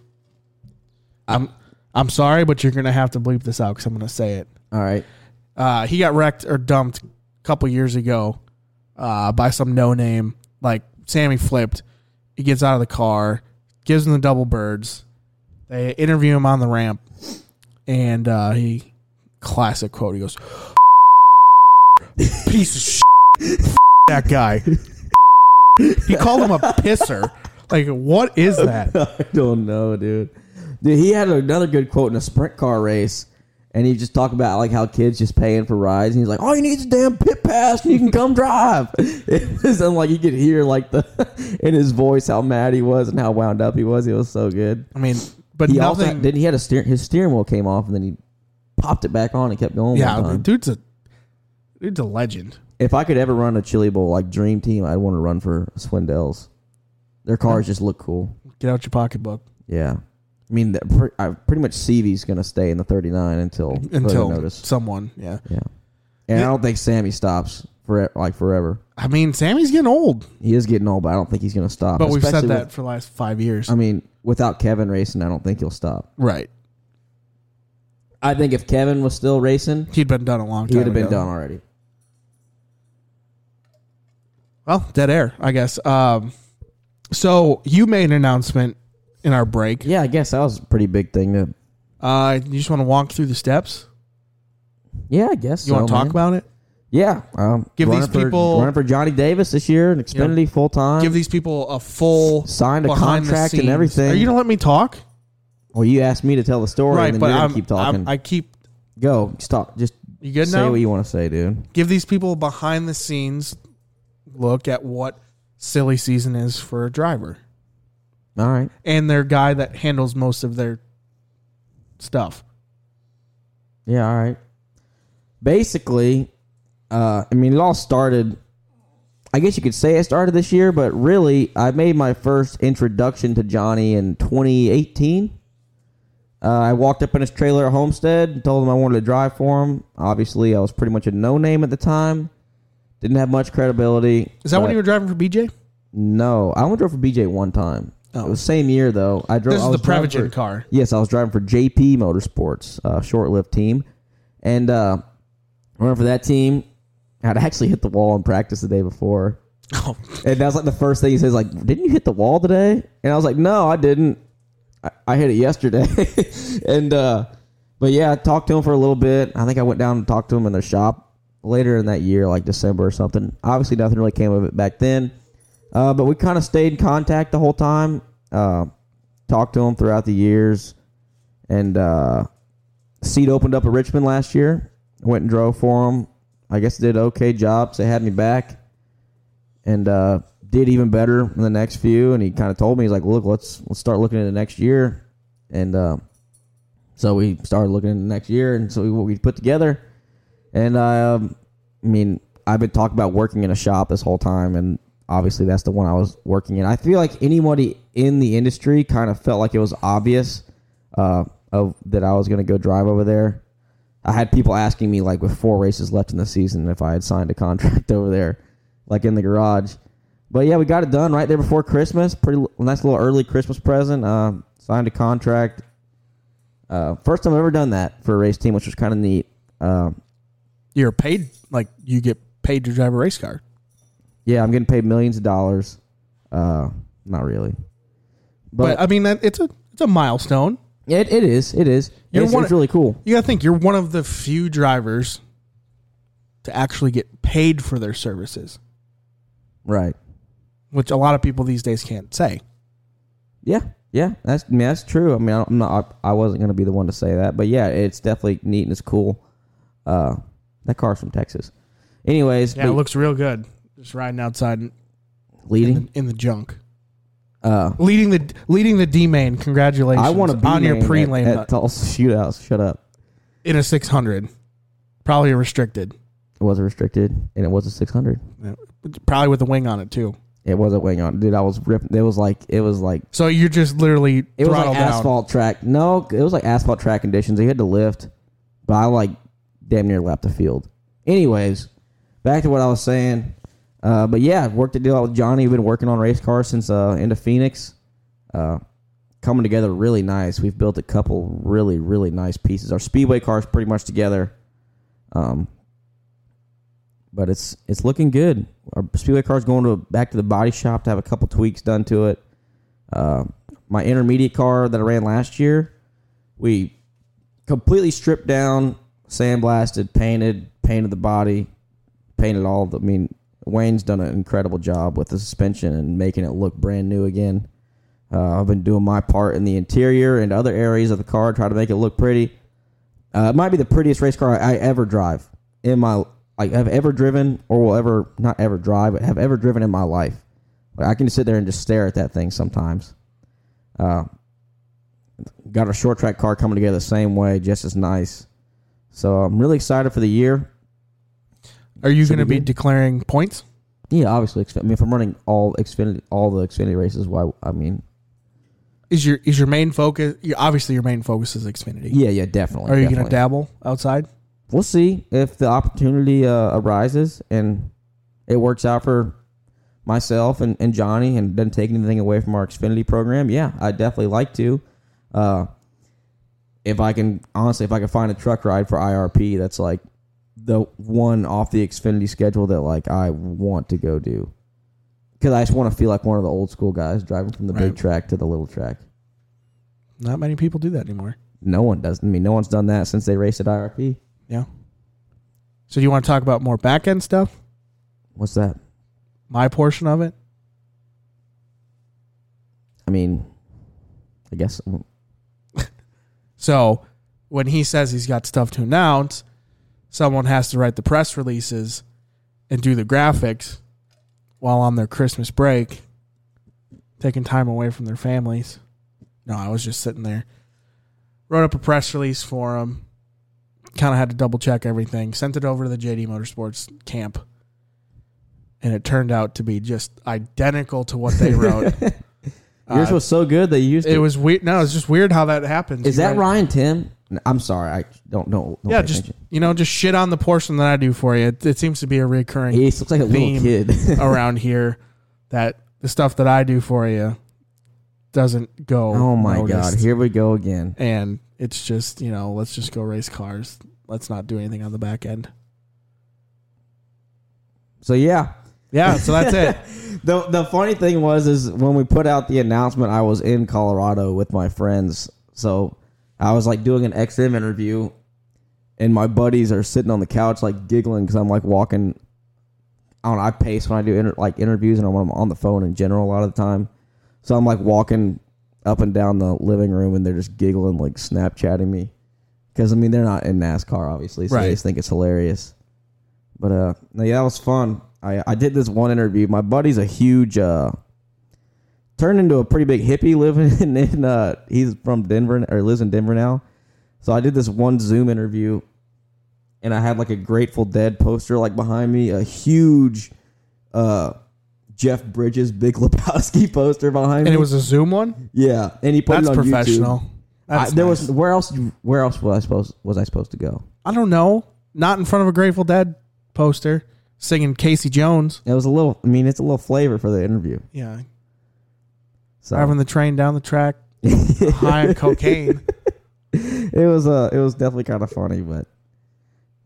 Speaker 2: I'm I'm sorry, but you're going to have to bleep this out because I'm going to say it.
Speaker 3: all right.
Speaker 2: Uh, he got wrecked or dumped a couple years ago uh, by some no name. Like Sammy flipped. He gets out of the car, gives him the double birds. They interview him on the ramp, and uh, he classic quote. He goes, "Piece of shit, that guy." he called him a pisser. Like, what is that?
Speaker 3: I don't know, dude. Dude, he had another good quote in a sprint car race, and he just talked about like how kids just paying for rides, and he's like, "All you need is a damn pit pass, and you can come drive." It was like you could hear like the in his voice how mad he was and how wound up he was. He was so good.
Speaker 2: I mean, but
Speaker 3: He
Speaker 2: nothing.
Speaker 3: also didn't he had a steer his steering wheel came off, and then he popped it back on and kept going.
Speaker 2: yeah,
Speaker 3: one time.
Speaker 2: dude's a dude's a legend.
Speaker 3: If I could ever run a Chili Bowl like dream team, I'd want to run for Swindell's. Their cars just look cool.
Speaker 2: Get out your pocketbook.
Speaker 3: Yeah, I mean, that pre- I, pretty much Seavey's going to stay in the 39 until until
Speaker 2: until
Speaker 3: notice.
Speaker 2: someone. Yeah,
Speaker 3: Yeah, and I don't think Sammy stops for like forever.
Speaker 2: I mean, Sammy's getting old,
Speaker 3: He is getting old, but I don't think he's going to stop.
Speaker 2: but we've said
Speaker 3: especially
Speaker 2: that
Speaker 3: with- Um,
Speaker 2: for the last five years,
Speaker 3: I mean, without Kevin racing, I don't think he'll stop.
Speaker 2: right?
Speaker 3: I think if Kevin was still racing,
Speaker 2: He'd been done a long time.
Speaker 3: he would have been
Speaker 2: ago.
Speaker 3: done already.
Speaker 2: Well, dead air, I guess. Um, so you made an announcement in our break.
Speaker 3: Yeah, I guess that was a pretty big thing. To,
Speaker 2: Uh, you just want to walk through the steps.
Speaker 3: yeah, I guess
Speaker 2: You want to talk about it?
Speaker 3: Yeah, um,
Speaker 2: Give
Speaker 3: running
Speaker 2: these
Speaker 3: for-
Speaker 2: people-
Speaker 3: running for Johnny Davis this year and Xfinity full time.
Speaker 2: Give these people a full
Speaker 3: Um, Signed a
Speaker 2: behind the
Speaker 3: contract and
Speaker 2: scenes.
Speaker 3: everything.
Speaker 2: Are you gonna let me talk?
Speaker 3: well, you asked me to tell the story,
Speaker 2: Right,
Speaker 3: and then
Speaker 2: but
Speaker 3: you're
Speaker 2: I'm,
Speaker 3: gonna keep talking.
Speaker 2: I'm- i keep.
Speaker 3: Go, just talk. Just
Speaker 2: You good
Speaker 3: say
Speaker 2: now?
Speaker 3: what you want to say, dude.
Speaker 2: Give these people a behind the scenes look at what silly season is for a driver
Speaker 3: All right.
Speaker 2: and their guy that handles most of their stuff.
Speaker 3: Yeah, all right. Basically, uh, I mean, it all started. I guess you could say it started this year, but really, I made my first introduction to Johnny in 2018. Uh, I walked up in his trailer at Homestead and told him I wanted to drive for him. Obviously, I was pretty much a no name at the time. Didn't have much credibility.
Speaker 2: Is that when
Speaker 3: but-
Speaker 2: you were driving for BJ?
Speaker 3: No, I only drove for BJ one time.
Speaker 2: Oh.
Speaker 3: It was same year though. I drove.
Speaker 2: This
Speaker 3: I
Speaker 2: is
Speaker 3: was
Speaker 2: the
Speaker 3: driving
Speaker 2: Prevagen
Speaker 3: for-
Speaker 2: car.
Speaker 3: Yes, I was driving for JP Motorsports, uh, short-lived team, and uh, I ran for that team. I'd actually hit the wall in practice the day before,
Speaker 2: Oh,
Speaker 3: and that was like the first thing he says, like, "Didn't you hit the wall today?" And I was like, "No, I didn't. I, I hit it yesterday." and uh, but yeah, I talked to him for a little bit. I think I went down and talked to him in their shop later in that year, like December or something. Obviously, nothing really came of it back then. Uh, but we kind of stayed in contact the whole time. Uh, talked to him throughout the years, and uh, seat opened up at Richmond last year. Went and drove for him. I guess did okay jobs. They had me back and uh, did even better in the next few. And he kind of told me he's like, "Look, let's let's start looking at the next year." And uh, so we started looking at the next year, and so we, what we put together. And um, I mean, I've been talking about working in a shop this whole time, and obviously that's the one I was working in. I feel like anybody in the industry kind of felt like it was obvious uh, of that I was going to go drive over there. I had people asking me like with four races left in the season if I had signed a contract over there, like in the garage. But yeah, we got it done right there before Christmas. Pretty l- nice little early Christmas present. Uh, signed a contract. Uh, first time I've ever done that for a race team, which was kind of neat. Um,
Speaker 2: you're paid like you get paid to drive a race car.
Speaker 3: Yeah, I'm getting paid millions of dollars. Uh, not really,
Speaker 2: But, uh,
Speaker 3: but,
Speaker 2: I mean, that, it's a it's a milestone.
Speaker 3: it, it is. It is.
Speaker 2: You're
Speaker 3: It's,
Speaker 2: one-
Speaker 3: it's really cool.
Speaker 2: You gotta think you're one of the few drivers to actually get paid for their services,
Speaker 3: Right.
Speaker 2: which a lot of people these days can't say.
Speaker 3: Yeah. Yeah. That's I mean, that's true. I mean, I- I'm not. I, I wasn't gonna be the one to say that, but yeah, it's definitely neat and it's cool. Uh, that car's from Texas. Anyways, but
Speaker 2: looks real good. Just riding outside in
Speaker 3: leading.
Speaker 2: the, in the junk,
Speaker 3: Uh,
Speaker 2: leading the leading the D main. Congratulations!
Speaker 3: I want to be
Speaker 2: on your uh, pre lane
Speaker 3: at, at Tulsa shootouts. Shut up.
Speaker 2: in a 600, probably a restricted,
Speaker 3: It wasn't restricted, and it was a 600.
Speaker 2: probably with a wing on it too.
Speaker 3: It wasn't weighing on, dude. I was ripping. It was like it was like
Speaker 2: So you're just literally
Speaker 3: It was like
Speaker 2: throttled down.
Speaker 3: asphalt track. No, it was like asphalt track conditions. He had to lift, but I like damn near lapped the field. Anyways, back to what I was saying. Uh, but yeah, I've worked a deal out with Johnny. We've been working on race cars since uh, end of Phoenix. Uh, coming together really nice. We've built a couple really really nice pieces. Our speedway cars pretty much together. Um, but it's it's looking good. Our speedway car's going to back to the body shop to have a couple tweaks done to it. Uh, my intermediate car that I ran last year, we completely stripped down, sandblasted, painted, painted the body, painted all. The, I mean, Wayne's done an incredible job with the suspension and making it look brand new again. Uh, I've been doing my part in the interior and other areas of the car, try to make it look pretty. Uh, it might be the prettiest race car I, I ever drive in my like I've ever driven or will ever not ever drive, but have ever driven in my life. Like, I can sit there and just stare at that thing sometimes. Uh, got a short track car coming together the same way, just as nice. So I'm really excited for the year.
Speaker 2: Are you
Speaker 3: Should
Speaker 2: going to
Speaker 3: we
Speaker 2: be
Speaker 3: do-
Speaker 2: declaring points?
Speaker 3: Yeah, obviously. Xfin- I mean, if I'm running all Xfinity, all the Xfinity races, why? I mean,
Speaker 2: Is your is your main focus? you- Obviously, your main focus is Xfinity.
Speaker 3: yeah, yeah, definitely.
Speaker 2: Are you going
Speaker 3: definitely.
Speaker 2: to dabble outside?
Speaker 3: we'll see if the opportunity uh, arises and it works out for myself and, and Johnny and doesn't take anything away from our Xfinity program. Yeah, I definitely like to. Uh, if I can honestly, if I can find a truck ride for IRP, that's like the one off the Xfinity schedule that like I want to go do because I just want to feel like one of the old school guys driving from the big
Speaker 2: Right.
Speaker 3: track to the little track.
Speaker 2: Not many people do that anymore.
Speaker 3: No one does. I mean, no one's done that since they raced at IRP.
Speaker 2: Yeah. So do you want to talk about more back end stuff?
Speaker 3: What's that?
Speaker 2: My portion of it.
Speaker 3: I mean, I guess
Speaker 2: Uh, So when he says he's got stuff to announce, someone has to write the press releases and do the graphics while on their Christmas break, taking time away from their families. No, I was just sitting there. Wrote up a press release for him. Kind of had to double check everything. Sent it over to the JD Motorsports camp. And it turned out to be just identical to what they wrote.
Speaker 3: yours was so good that you used
Speaker 2: it was weird. No, it's just weird how that happens.
Speaker 3: Is
Speaker 2: You
Speaker 3: that
Speaker 2: write-
Speaker 3: Ryan Tim? No, I'm sorry, I don't know. don't
Speaker 2: yeah,
Speaker 3: pay
Speaker 2: just
Speaker 3: attention.
Speaker 2: you know, just shit on the portion that I do for you. It, it seems to be a recurring
Speaker 3: he looks like a little
Speaker 2: theme
Speaker 3: kid.
Speaker 2: around here that the stuff that I do for you doesn't go.
Speaker 3: oh my
Speaker 2: noticed.
Speaker 3: god, here we go again.
Speaker 2: And it's just you know, let's just go race cars. Let's not do anything on the back end.
Speaker 3: So yeah,
Speaker 2: Yeah, so that's it.
Speaker 3: the the funny thing was is when we put out the announcement, I was in Colorado with my friends, so I was like doing an XM interview, and my buddies are sitting on the couch like giggling because I'm like walking. I don't know. I pace when I do inter- like interviews and when I'm on the phone in general a lot of the time. So I'm like walking up and down the living room and they're just giggling like Snapchatting me because I mean they're not in NASCAR obviously, so
Speaker 2: Right.
Speaker 3: they just think it's hilarious. But uh, no, yeah, that was fun. I I did this one interview. My buddy's a huge uh, turned into a pretty big hippie living in, in uh, he's from Denver or lives in Denver now. So I did this one Zoom interview, and I had like a Grateful Dead poster like behind me, a huge uh, Jeff Bridges Big Lebowski poster behind
Speaker 2: And
Speaker 3: me.
Speaker 2: it was a Zoom one.
Speaker 3: yeah, and he put
Speaker 2: That's
Speaker 3: it on
Speaker 2: professional.
Speaker 3: YouTube.
Speaker 2: That's
Speaker 3: I, there
Speaker 2: nice.
Speaker 3: was where else? Where else was I supposed was I supposed to go?
Speaker 2: I don't know. Not in front of a Grateful Dead poster singing Casey Jones.
Speaker 3: It was a little. I mean, it's a little flavor for the interview.
Speaker 2: Yeah,
Speaker 3: So
Speaker 2: driving the train down the track, high on cocaine.
Speaker 3: it was uh it was definitely kind of funny, but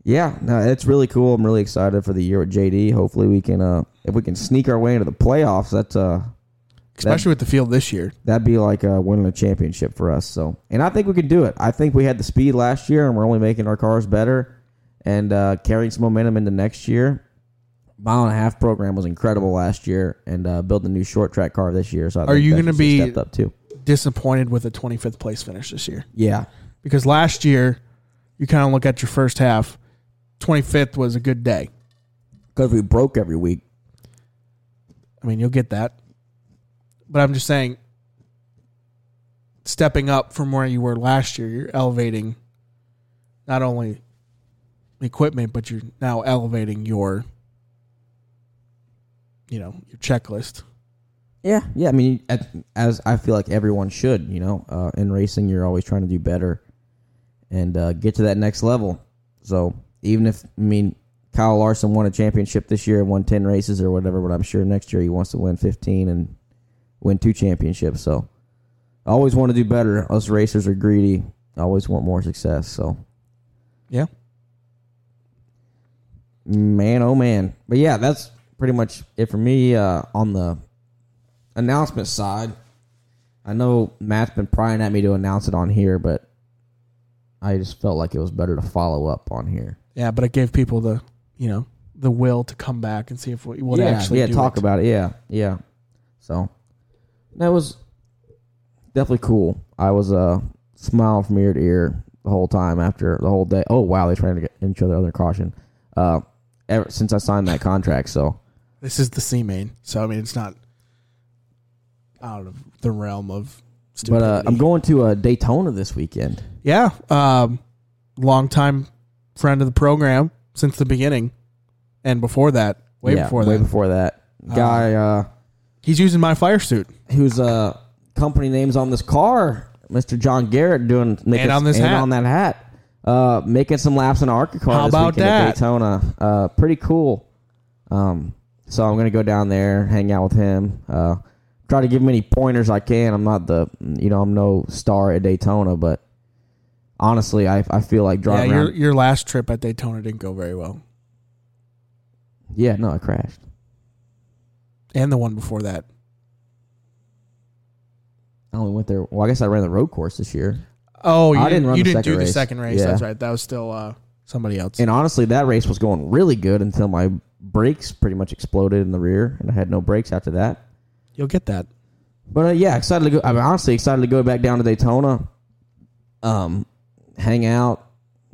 Speaker 3: yeah, no, it's really cool. I'm really excited for the year with JD. Hopefully, we can uh if we can sneak our way into the playoffs, that's uh
Speaker 2: especially with the field this year.
Speaker 3: that'd be like uh, winning a championship for us. So, and I think we could do it. I think we had the speed last year, and we're only making our cars better and uh, carrying some momentum into next year. Mile and a half program was incredible last year, and uh, building a new short track car this year. So, I
Speaker 2: Are
Speaker 3: think
Speaker 2: you
Speaker 3: that's
Speaker 2: gonna
Speaker 3: just
Speaker 2: be-
Speaker 3: stepped up too?
Speaker 2: Disappointed with a 25th place finish this year
Speaker 3: Yeah,
Speaker 2: because last year you kind of look at your first half, 25th was a good day.
Speaker 3: because we broke every week.
Speaker 2: I mean, you'll get that, but I'm just saying, stepping up from where you were last year, you're elevating not only equipment, but you're now elevating your, you know, your checklist.
Speaker 3: Yeah, yeah. I mean, at- as I feel like everyone should, you know, uh, in racing, you're always trying to do better and uh, get to that next level. So even if I mean Kyle Larson won a championship this year and won ten races or whatever, but I'm sure next year he wants to win fifteen and win two championships. So I always want to do better. Us racers are greedy. I always want more success. So
Speaker 2: Yeah.
Speaker 3: man, oh man. But yeah, that's pretty much it for me uh, on the announcement side. I know Matt's been prying at me to announce it on here, but I just felt like it was better to follow up on here.
Speaker 2: Yeah. But it gave people the, you know, the will to come back and see if we would
Speaker 3: yeah,
Speaker 2: actually
Speaker 3: yeah,
Speaker 2: do
Speaker 3: talk
Speaker 2: it.
Speaker 3: about it. Yeah, yeah. So that was definitely cool. I was uh smiling from ear to ear the whole time after the whole day. Oh wow, they trying to get each other other caution. Uh, ever since I signed that contract, so
Speaker 2: This is the C main, so I mean it's not out of the realm of.
Speaker 3: but
Speaker 2: Stupidity.
Speaker 3: uh, I'm going to uh, Daytona this weekend.
Speaker 2: Yeah, um, longtime friend of the program since the beginning, and before that, way
Speaker 3: Yeah,
Speaker 2: before
Speaker 3: way
Speaker 2: that, Ah.
Speaker 3: before that guy. Uh,
Speaker 2: he's using my fire suit
Speaker 3: whose uh, company names on this car, Mr. John Garrett, doing making,
Speaker 2: And on this hat.
Speaker 3: on that hat, uh, making some laps in ARCA car.
Speaker 2: How
Speaker 3: this
Speaker 2: about
Speaker 3: weekend
Speaker 2: that?
Speaker 3: At Daytona, uh, pretty cool. Um, so I'm gonna go down there, hang out with him, uh, try to give him any pointers I can. I'm not the, you know, I'm no star at Daytona, but honestly, I, I feel like
Speaker 2: Yeah,
Speaker 3: driving
Speaker 2: your
Speaker 3: around.
Speaker 2: your last trip at Daytona didn't go very well,
Speaker 3: Yeah, no, I crashed.
Speaker 2: and the one before that.
Speaker 3: I only went there. Well, I guess I ran the road course this year.
Speaker 2: Oh, you
Speaker 3: I
Speaker 2: didn't,
Speaker 3: didn't run
Speaker 2: you
Speaker 3: the
Speaker 2: didn't
Speaker 3: second
Speaker 2: do the
Speaker 3: race.
Speaker 2: second race.
Speaker 3: Yeah.
Speaker 2: That's right. That was still uh, somebody else.
Speaker 3: And honestly, that race was going really good until my brakes pretty much exploded in the rear, and I had no brakes after that.
Speaker 2: You'll get that.
Speaker 3: But uh, yeah, excited to go. I'm honestly excited to go back down to Daytona. Um, hang out.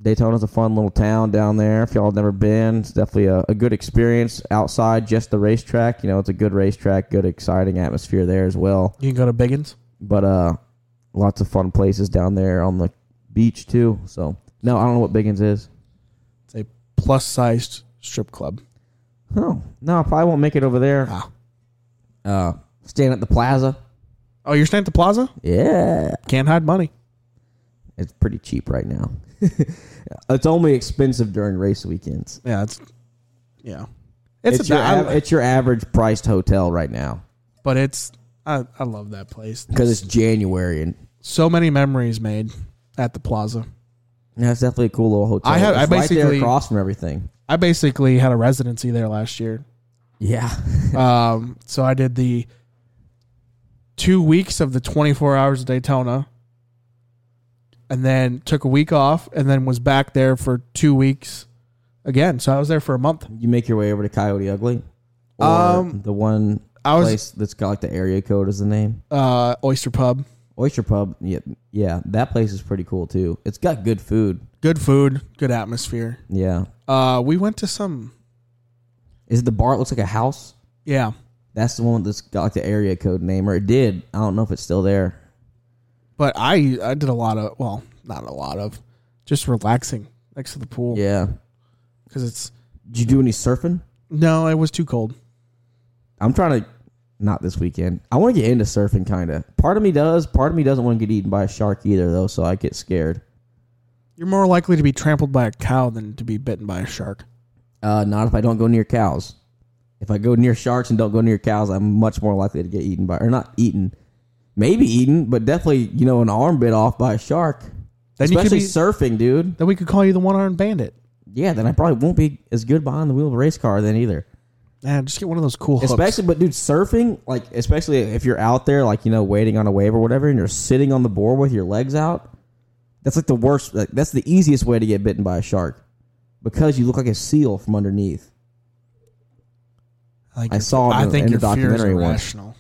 Speaker 3: Daytona's a fun little town down there. If y'all have never been, it's definitely a, a good experience outside just the racetrack. You know, it's a good racetrack, good exciting atmosphere there as well.
Speaker 2: You can go to Biggins.
Speaker 3: But uh, lots of fun places down there on the beach too. So no, I don't know what Biggins is.
Speaker 2: It's a plus sized strip club.
Speaker 3: Oh no, I probably won't make it over there.
Speaker 2: Ah.
Speaker 3: Uh, staying at the plaza.
Speaker 2: Oh, you're staying at the plaza?
Speaker 3: Yeah.
Speaker 2: Can't hide money.
Speaker 3: It's pretty cheap right now. it's only expensive during race weekends.
Speaker 2: Yeah, it's yeah.
Speaker 3: It's,
Speaker 2: It's, a
Speaker 3: your,
Speaker 2: ba- I-
Speaker 3: av- it's your average priced hotel right now
Speaker 2: but it's I, I love that place.
Speaker 3: because it's January and
Speaker 2: So many memories made at the plaza.
Speaker 3: yeah, it's definitely a cool little hotel.
Speaker 2: I have-
Speaker 3: It's
Speaker 2: I
Speaker 3: right there
Speaker 2: basically-
Speaker 3: across from everything.
Speaker 2: I basically had a residency there last year.
Speaker 3: Yeah,
Speaker 2: Um, so I did the two weeks of the 24 hours of Daytona and then took a week off and then was back there for two weeks again. So I was there for a month.
Speaker 3: you make your way over to Coyote Ugly, or
Speaker 2: Um,
Speaker 3: the one
Speaker 2: I was-
Speaker 3: place that's got like the area code is the name
Speaker 2: Uh, Oyster Pub.
Speaker 3: Oyster Pub. Yeah, yeah, that place is pretty cool too. It's got good food.
Speaker 2: Good food, good atmosphere.
Speaker 3: Yeah,
Speaker 2: Uh, we went to some,
Speaker 3: is it the bar? It looks like a house.
Speaker 2: yeah.
Speaker 3: That's the one that's got like the area code name, or it did. I don't know if it's still there.
Speaker 2: But I, I did a lot of, well, not a lot of, just relaxing next to the pool
Speaker 3: Yeah.
Speaker 2: because it's,
Speaker 3: Did you do any surfing?
Speaker 2: no, it was too cold.
Speaker 3: I'm trying to not this weekend. I want to get into surfing kind of. Part of me does, part of me doesn't want to get eaten by a shark either though, so I get scared.
Speaker 2: You're more likely to be trampled by a cow than to be bitten by a shark.
Speaker 3: Uh not if I don't go near cows. If I go near sharks and don't go near cows, I'm much more likely to get eaten by or not eaten. Maybe eaten, but definitely, you know, an arm bit off by a shark.
Speaker 2: Then you could
Speaker 3: Especially
Speaker 2: be-
Speaker 3: surfing, dude.
Speaker 2: Then we could call you the one armed bandit.
Speaker 3: Yeah, then I probably won't be as good behind the wheel of a race car then either.
Speaker 2: Yeah, just get one of those cool hooks.
Speaker 3: Especially, but dude, surfing, like, especially if you're out there, like, you know, waiting on a wave or whatever, and you're sitting on the board with your legs out, that's like the worst, like, that's the easiest way to get bitten by a shark because you look like a seal from underneath.
Speaker 2: I, think
Speaker 3: I
Speaker 2: your-
Speaker 3: saw it
Speaker 2: I
Speaker 3: in-
Speaker 2: think
Speaker 3: in
Speaker 2: your
Speaker 3: the
Speaker 2: fear
Speaker 3: documentary
Speaker 2: is
Speaker 3: once.
Speaker 2: irrational.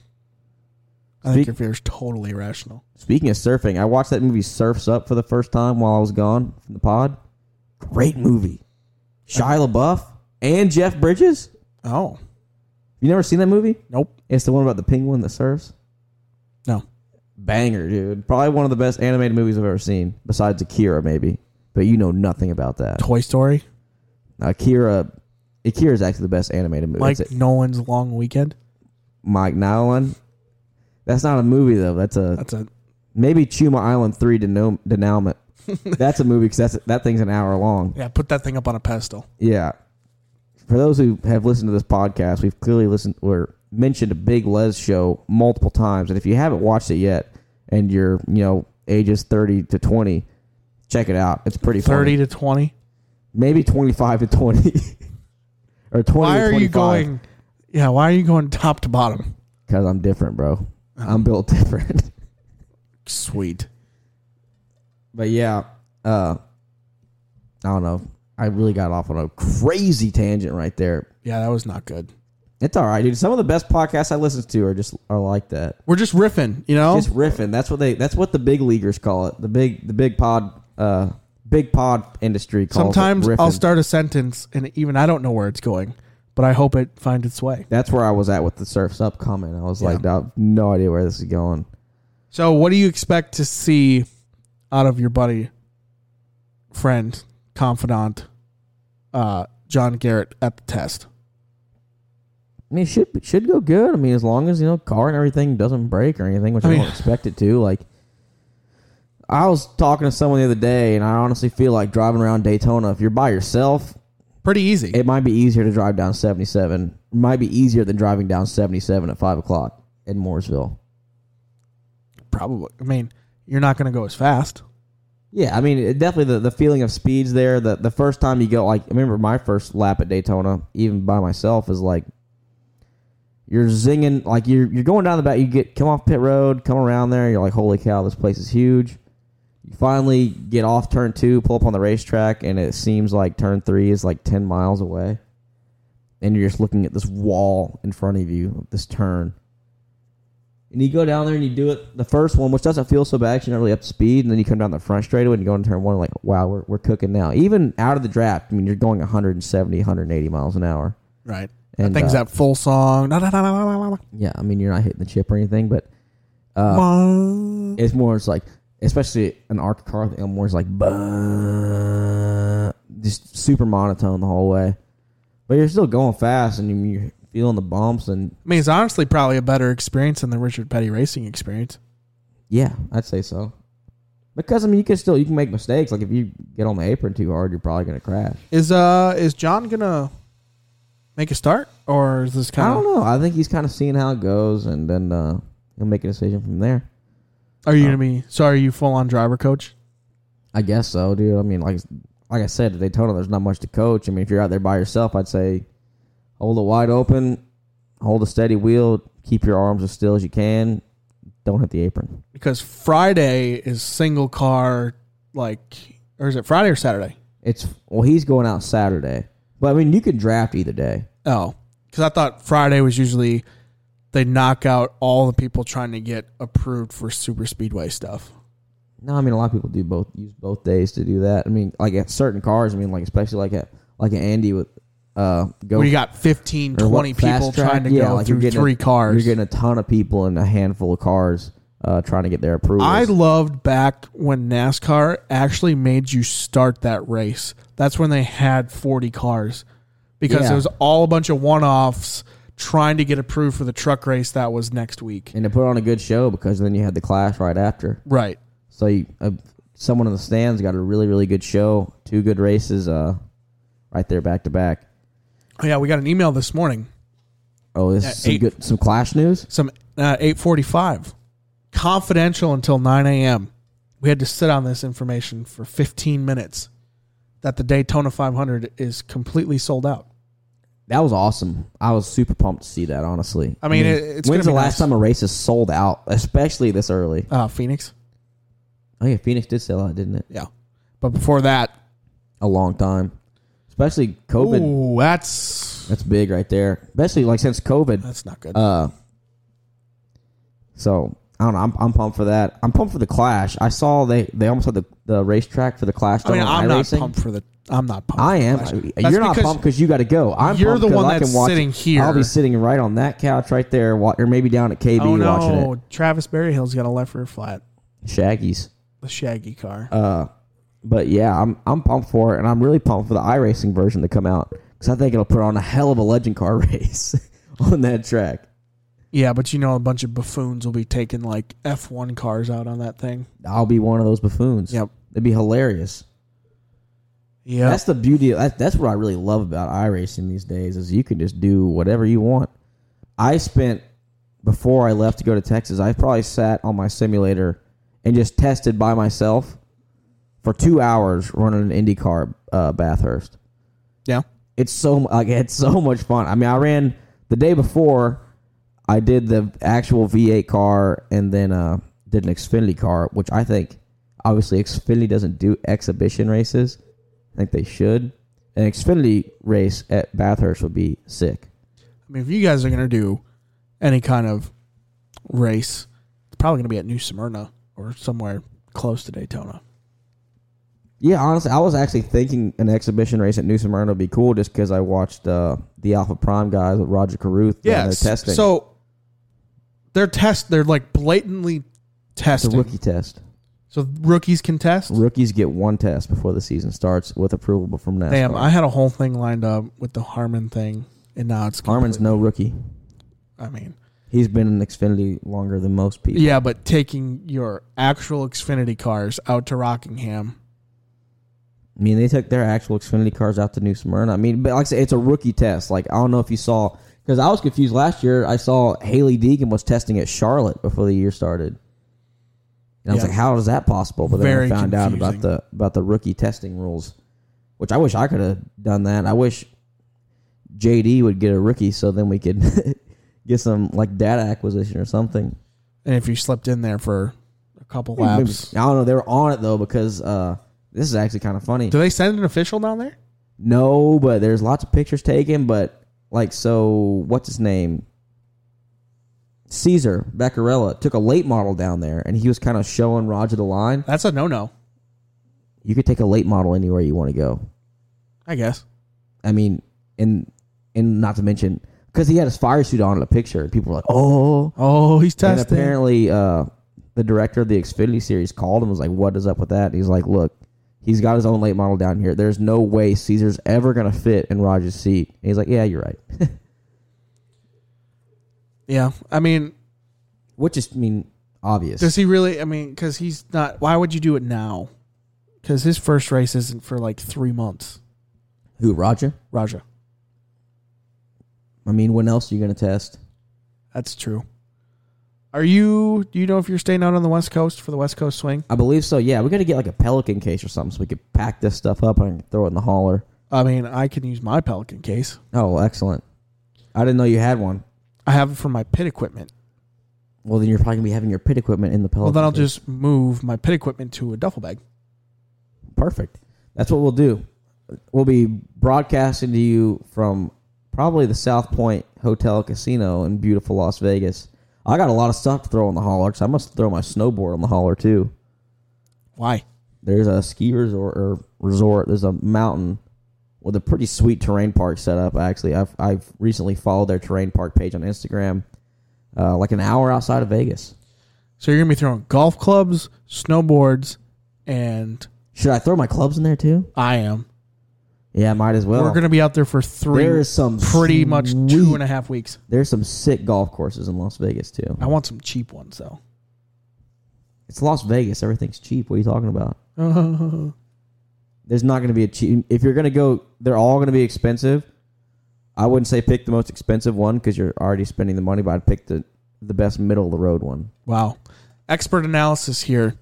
Speaker 2: I think
Speaker 3: Speak-
Speaker 2: your fear is totally irrational.
Speaker 3: Speaking of surfing, I watched that movie Surfs Up for the first time while I was gone from the pod. Great movie. Shia LaBeouf and Jeff Bridges.
Speaker 2: Oh
Speaker 3: You never seen that movie?
Speaker 2: nope,
Speaker 3: It's the one about the penguin that surfs.
Speaker 2: no.
Speaker 3: banger, dude. Probably one of the best animated movies I've ever seen, besides Akira, maybe. But you know nothing about that.
Speaker 2: Toy Story,
Speaker 3: Akira, Akira is actually the best animated movie.
Speaker 2: like
Speaker 3: That's it.
Speaker 2: Nolan's Long Weekend.
Speaker 3: Mike Nyland. That's not a movie though. That's a
Speaker 2: That's a
Speaker 3: maybe Chuma Island Three Denom- Denouement. that's a movie because that's that thing's an hour long.
Speaker 2: yeah. Put that thing up on a pedestal.
Speaker 3: Yeah. For those who have listened to this podcast, we've clearly listened or mentioned a Big Les show multiple times. And if you haven't watched it yet and you're, you know, ages 30 to 20, check it out. It's pretty funny.
Speaker 2: Thirty to twenty.
Speaker 3: Maybe 25 to 20. or 20
Speaker 2: Why
Speaker 3: to
Speaker 2: are
Speaker 3: 25.
Speaker 2: you going? Yeah, why are you going top to bottom?
Speaker 3: Because I'm different, bro. I'm built different.
Speaker 2: Sweet.
Speaker 3: but yeah, uh, I don't know. I really got off on a crazy tangent right there.
Speaker 2: Yeah, that was not good.
Speaker 3: It's all right, dude. Some of the best podcasts I listen to are just are like that.
Speaker 2: We're just riffing, you know.
Speaker 3: Just riffing. That's what they. That's what the big leaguers call it. The big. The big pod. Uh, big pod industry. Calls it
Speaker 2: Sometimes I'll
Speaker 3: riffing.
Speaker 2: start a sentence and even I don't know where it's going, but I hope it finds its way.
Speaker 3: That's where I was at with the surfs up comment. I was like, I have no idea where this is going.
Speaker 2: So, what do you expect to see out of your buddy, friend, confidant, uh, John Garrett at the test?
Speaker 3: I mean, it should it should go good. I mean, as long as you know car and everything doesn't break or anything, which I,
Speaker 2: I mean-
Speaker 3: don't expect it to. Like, I was talking to someone the other day, and I honestly feel like driving around Daytona. If you're by yourself,
Speaker 2: Pretty easy.
Speaker 3: it might be easier to drive down 77. Might be easier than driving down 77 at five o'clock in Mooresville.
Speaker 2: Probably. I mean, you're not going to go as fast.
Speaker 3: Yeah, I mean, it, definitely the, the feeling of speeds there. The the first time you go, like, I remember my first lap at Daytona, even by myself, is like you're zinging, like you're you're going down the back. You get come off pit road, come around there. You're like, holy cow, this place is huge. You finally get off turn two, pull up on the racetrack, and it seems like turn three is like ten miles away, and you're just looking at this wall in front of you, this turn and you go down there and you do it the first one, which doesn't feel so bad. 'cause You're not really up to speed, and then you come down the front straightaway and you go into turn one, like wow, we're we're cooking now. Even out of the draft, I mean, you're going 170, 180 miles an hour.
Speaker 2: Right.
Speaker 3: And,
Speaker 2: that thing's
Speaker 3: uh,
Speaker 2: that full song. Da, da, da, da, da, da, da.
Speaker 3: Yeah, I mean, you're not hitting the chip or anything, but uh,
Speaker 2: Bah.
Speaker 3: it's more it's like especially an arc car the Elmore's like "Bah," just super monotone the whole way, but you're still going fast and you- you're feeling the bumps and
Speaker 2: I mean, it's honestly probably a better experience than the Richard Petty racing experience.
Speaker 3: yeah, I'd say so. Because I mean, you can still you can make mistakes. Like if you get on the apron too hard, you're probably gonna crash.
Speaker 2: Is uh is John gonna make a start or is this
Speaker 3: I
Speaker 2: kind
Speaker 3: don't
Speaker 2: of?
Speaker 3: know. I think he's kind of seeing how it goes, and then uh, he'll make a decision from there.
Speaker 2: Are
Speaker 3: Uh,
Speaker 2: you gonna be? So are you full on driver coach?
Speaker 3: I guess so, dude. I mean, like like I said, at Daytona, there's not much to coach. I mean, if you're out there by yourself, I'd say hold it wide open, hold a steady wheel, keep your arms as still as you can, don't hit the apron.
Speaker 2: Because Friday is single car like, or is it Friday or Saturday?
Speaker 3: It's well, he's going out Saturday, but I mean, you can draft either day.
Speaker 2: Oh, because I thought Friday was usually they knock out all the people trying to get approved for super speedway stuff.
Speaker 3: No, I mean a lot of people do both use both days to do that. I mean, like at certain cars, I mean, like especially like at like an Andy with uh go
Speaker 2: Where you got 15,
Speaker 3: or what,
Speaker 2: 20 people
Speaker 3: fast track?
Speaker 2: trying to
Speaker 3: Yeah,
Speaker 2: go
Speaker 3: like you're
Speaker 2: through
Speaker 3: getting a-
Speaker 2: three cars.
Speaker 3: You're getting a ton of people and a handful of cars uh, trying to get their approval.
Speaker 2: I loved back when NASCAR actually made you start that race. That's when they had 40 cars because
Speaker 3: Yeah.
Speaker 2: it was all a bunch of one offs trying to get approved for the truck race that was next week.
Speaker 3: and to put on a good show because then you had the clash right after.
Speaker 2: Right.
Speaker 3: So you, uh, someone in the stands got a really really good show, two good races, uh, right there back to back.
Speaker 2: Oh, yeah, we got an email this morning.
Speaker 3: Oh, this is some
Speaker 2: eight-
Speaker 3: good some clash news.
Speaker 2: Some uh, 845. Confidential until 9 a.m. We had to sit on this information for 15 minutes that the Daytona 500 is completely sold out.
Speaker 3: That was awesome. I was super pumped to see that. Honestly,
Speaker 2: I mean, it- it's
Speaker 3: when's
Speaker 2: gonna
Speaker 3: the
Speaker 2: be
Speaker 3: last
Speaker 2: nice.
Speaker 3: time a race is sold out, especially this early?
Speaker 2: Uh, Phoenix?
Speaker 3: Oh yeah, Phoenix did sell out, didn't it?
Speaker 2: Yeah. But before that,
Speaker 3: A long time, especially COVID.
Speaker 2: ooh, that's
Speaker 3: That's big right there, especially like since COVID.
Speaker 2: That's not good.
Speaker 3: Uh, so I don't know. I'm, I'm pumped for that. I'm pumped for the Clash. I saw they they almost had the, the racetrack for the Clash.
Speaker 2: I mean,
Speaker 3: done on
Speaker 2: I'm not
Speaker 3: iRacing.
Speaker 2: pumped for the. I'm not pumped.
Speaker 3: I
Speaker 2: for the
Speaker 3: am.
Speaker 2: Clash. That's
Speaker 3: You're not
Speaker 2: because
Speaker 3: pumped because you got to go. I'm
Speaker 2: you're
Speaker 3: pumped
Speaker 2: the
Speaker 3: 'cause
Speaker 2: one
Speaker 3: I
Speaker 2: that's
Speaker 3: can watch
Speaker 2: sitting
Speaker 3: it.
Speaker 2: here.
Speaker 3: I'll be sitting right on that couch right there, wa- or maybe down at KB
Speaker 2: Oh
Speaker 3: watching
Speaker 2: no, Travis Berryhill's got a left rear flat.
Speaker 3: it. Shaggy's.
Speaker 2: The shaggy car.
Speaker 3: Uh, but yeah, I'm I'm pumped for it, and I'm really pumped for the iRacing version to come out because I think it'll put on a hell of a legend car race on that track.
Speaker 2: yeah, but you know, a bunch of buffoons will be taking like F1 cars out on that thing.
Speaker 3: I'll be one of those buffoons.
Speaker 2: Yep.
Speaker 3: It'd be hilarious.
Speaker 2: Yeah,
Speaker 3: That's the beauty. Of, that, that's what I really love about iRacing these days is you can just do whatever you want. I spent before I left to go to Texas. I probably sat on my simulator and just tested by myself for two hours running an IndyCar uh, Bathurst.
Speaker 2: yeah.
Speaker 3: It's so like it's so much fun. I mean, I ran the day before. I did the actual V8 car and then uh, did an Xfinity car, which I think obviously Xfinity doesn't do exhibition races. I think they should. An Xfinity race at Bathurst would be sick.
Speaker 2: I mean, if you guys are gonna do any kind of race, it's probably gonna be at New Smyrna or somewhere close to Daytona.
Speaker 3: Yeah, honestly, I was actually thinking an exhibition race at New Smyrna would be cool just because I watched uh, the Alpha Prime guys with Roger Carruth. doing
Speaker 2: Yeah,
Speaker 3: their testing.
Speaker 2: So they're test. They're like blatantly
Speaker 3: it's a
Speaker 2: testing.
Speaker 3: rookie test.
Speaker 2: So rookies can test.
Speaker 3: Rookies get one test before the season starts with approval from NASCAR.
Speaker 2: Damn, I had a whole thing lined up with the Harmon thing, and now it's
Speaker 3: Harmon's no rookie.
Speaker 2: I mean,
Speaker 3: He's been in Xfinity longer than most people.
Speaker 2: yeah, but taking your actual Xfinity cars out to Rockingham,
Speaker 3: I mean, they took their actual Xfinity cars out to New Smyrna. I mean, but like I said, it's a rookie test. Like, I don't know if you saw, because I was confused last year. I saw Haley Deegan was testing at Charlotte before the year started. And I was
Speaker 2: Yeah.
Speaker 3: like, how is that possible? But then
Speaker 2: Very
Speaker 3: I found out
Speaker 2: confusing.
Speaker 3: about the about the rookie testing rules, which I wish I could have done that. I wish JD would get a rookie so then we could get some like data acquisition or something.
Speaker 2: And if you slept in there for a couple
Speaker 3: Maybe-
Speaker 2: laps,
Speaker 3: I don't know. They were on it though because uh, this is actually kind of funny.
Speaker 2: do they send an official down there?
Speaker 3: No, but there's lots of pictures taken. But like, so what's his name? Caesar Beccarella took a late model down there, and he was kind of showing Roger the line.
Speaker 2: That's a no no,
Speaker 3: You could take a late model anywhere you want to go.
Speaker 2: I guess.
Speaker 3: I mean, and and not to mention because he had his fire suit on in the picture, people were like, "Oh!"
Speaker 2: Oh, he's
Speaker 3: And
Speaker 2: testing.
Speaker 3: apparently, uh, the director of the Xfinity series called him and was like, "What is up with that?" And he's like, "Look, he's got his own late model down here. There's no way Caesar's ever gonna fit in Roger's seat." And he's like, "Yeah, you're right."
Speaker 2: yeah, I mean,
Speaker 3: Which is, I mean, obvious.
Speaker 2: does he really? I mean, because he's not. Why would you do it now? Because his first race isn't for like three months.
Speaker 3: Who, Roger?
Speaker 2: Raja,
Speaker 3: I mean, when else are you going to test?
Speaker 2: that's true. Are you? Do you know if you're staying out on the West Coast for the West Coast swing?
Speaker 3: I believe so. Yeah, we got to get like a Pelican case or something so we could pack this stuff up and throw it in the hauler.
Speaker 2: I mean, I can use my Pelican case.
Speaker 3: Oh, excellent. I didn't know you had one.
Speaker 2: I have it for my pit equipment.
Speaker 3: Well, then you're probably going to be having your pit equipment in the Pelican.
Speaker 2: Well, then I'll
Speaker 3: case.
Speaker 2: just move my pit equipment to a duffel bag.
Speaker 3: Perfect. That's what we'll do. We'll be broadcasting to you from probably the South Point Hotel Casino in beautiful Las Vegas. I got a lot of stuff to throw in the hauler because I must throw my snowboard on the hauler too.
Speaker 2: Why?
Speaker 3: there's a ski resort or resort. There's a mountain with a pretty sweet terrain park set up. Actually, I've I've recently followed their terrain park page on Instagram, uh, like an hour outside of Vegas.
Speaker 2: So you're gonna be throwing golf clubs, snowboards, and
Speaker 3: Should I throw my clubs in there too?
Speaker 2: I am.
Speaker 3: Yeah, might as well.
Speaker 2: We're gonna be out there for three.
Speaker 3: there is some
Speaker 2: pretty much two
Speaker 3: sweet-
Speaker 2: and a half weeks.
Speaker 3: There's some sick golf courses in Las Vegas too.
Speaker 2: I want some cheap ones though.
Speaker 3: It's Las Vegas. Everything's cheap. What are you talking about? There's not going to be a cheap. If you're going to go, they're all going to be expensive. I wouldn't say pick the most expensive one because you're already spending the money, but I'd pick the the best middle of the road one.
Speaker 2: wow. Expert analysis here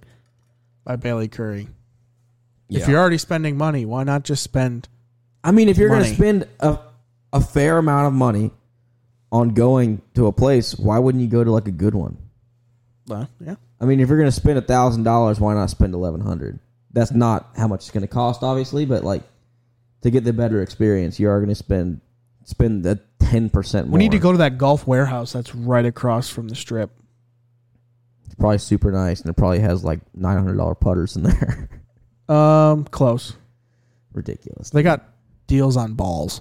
Speaker 2: by Bailey Curry. If
Speaker 3: Yeah.
Speaker 2: you're already spending money, why not just spend?
Speaker 3: I mean, if you're going to
Speaker 2: Money.
Speaker 3: spend a, a fair amount of money on going to a place, why wouldn't you go to like a good one?
Speaker 2: Well, yeah.
Speaker 3: I mean, if you're going to spend a thousand dollars, why not spend eleven hundred? That's not how much it's going to cost, obviously, but like to get the better experience, you are going to spend spend the ten percent more.
Speaker 2: We need to go to that golf warehouse that's right across from the strip.
Speaker 3: It's probably super nice, and it probably has like nine hundred dollar putters in there.
Speaker 2: Um, close.
Speaker 3: Ridiculous.
Speaker 2: They got deals on balls.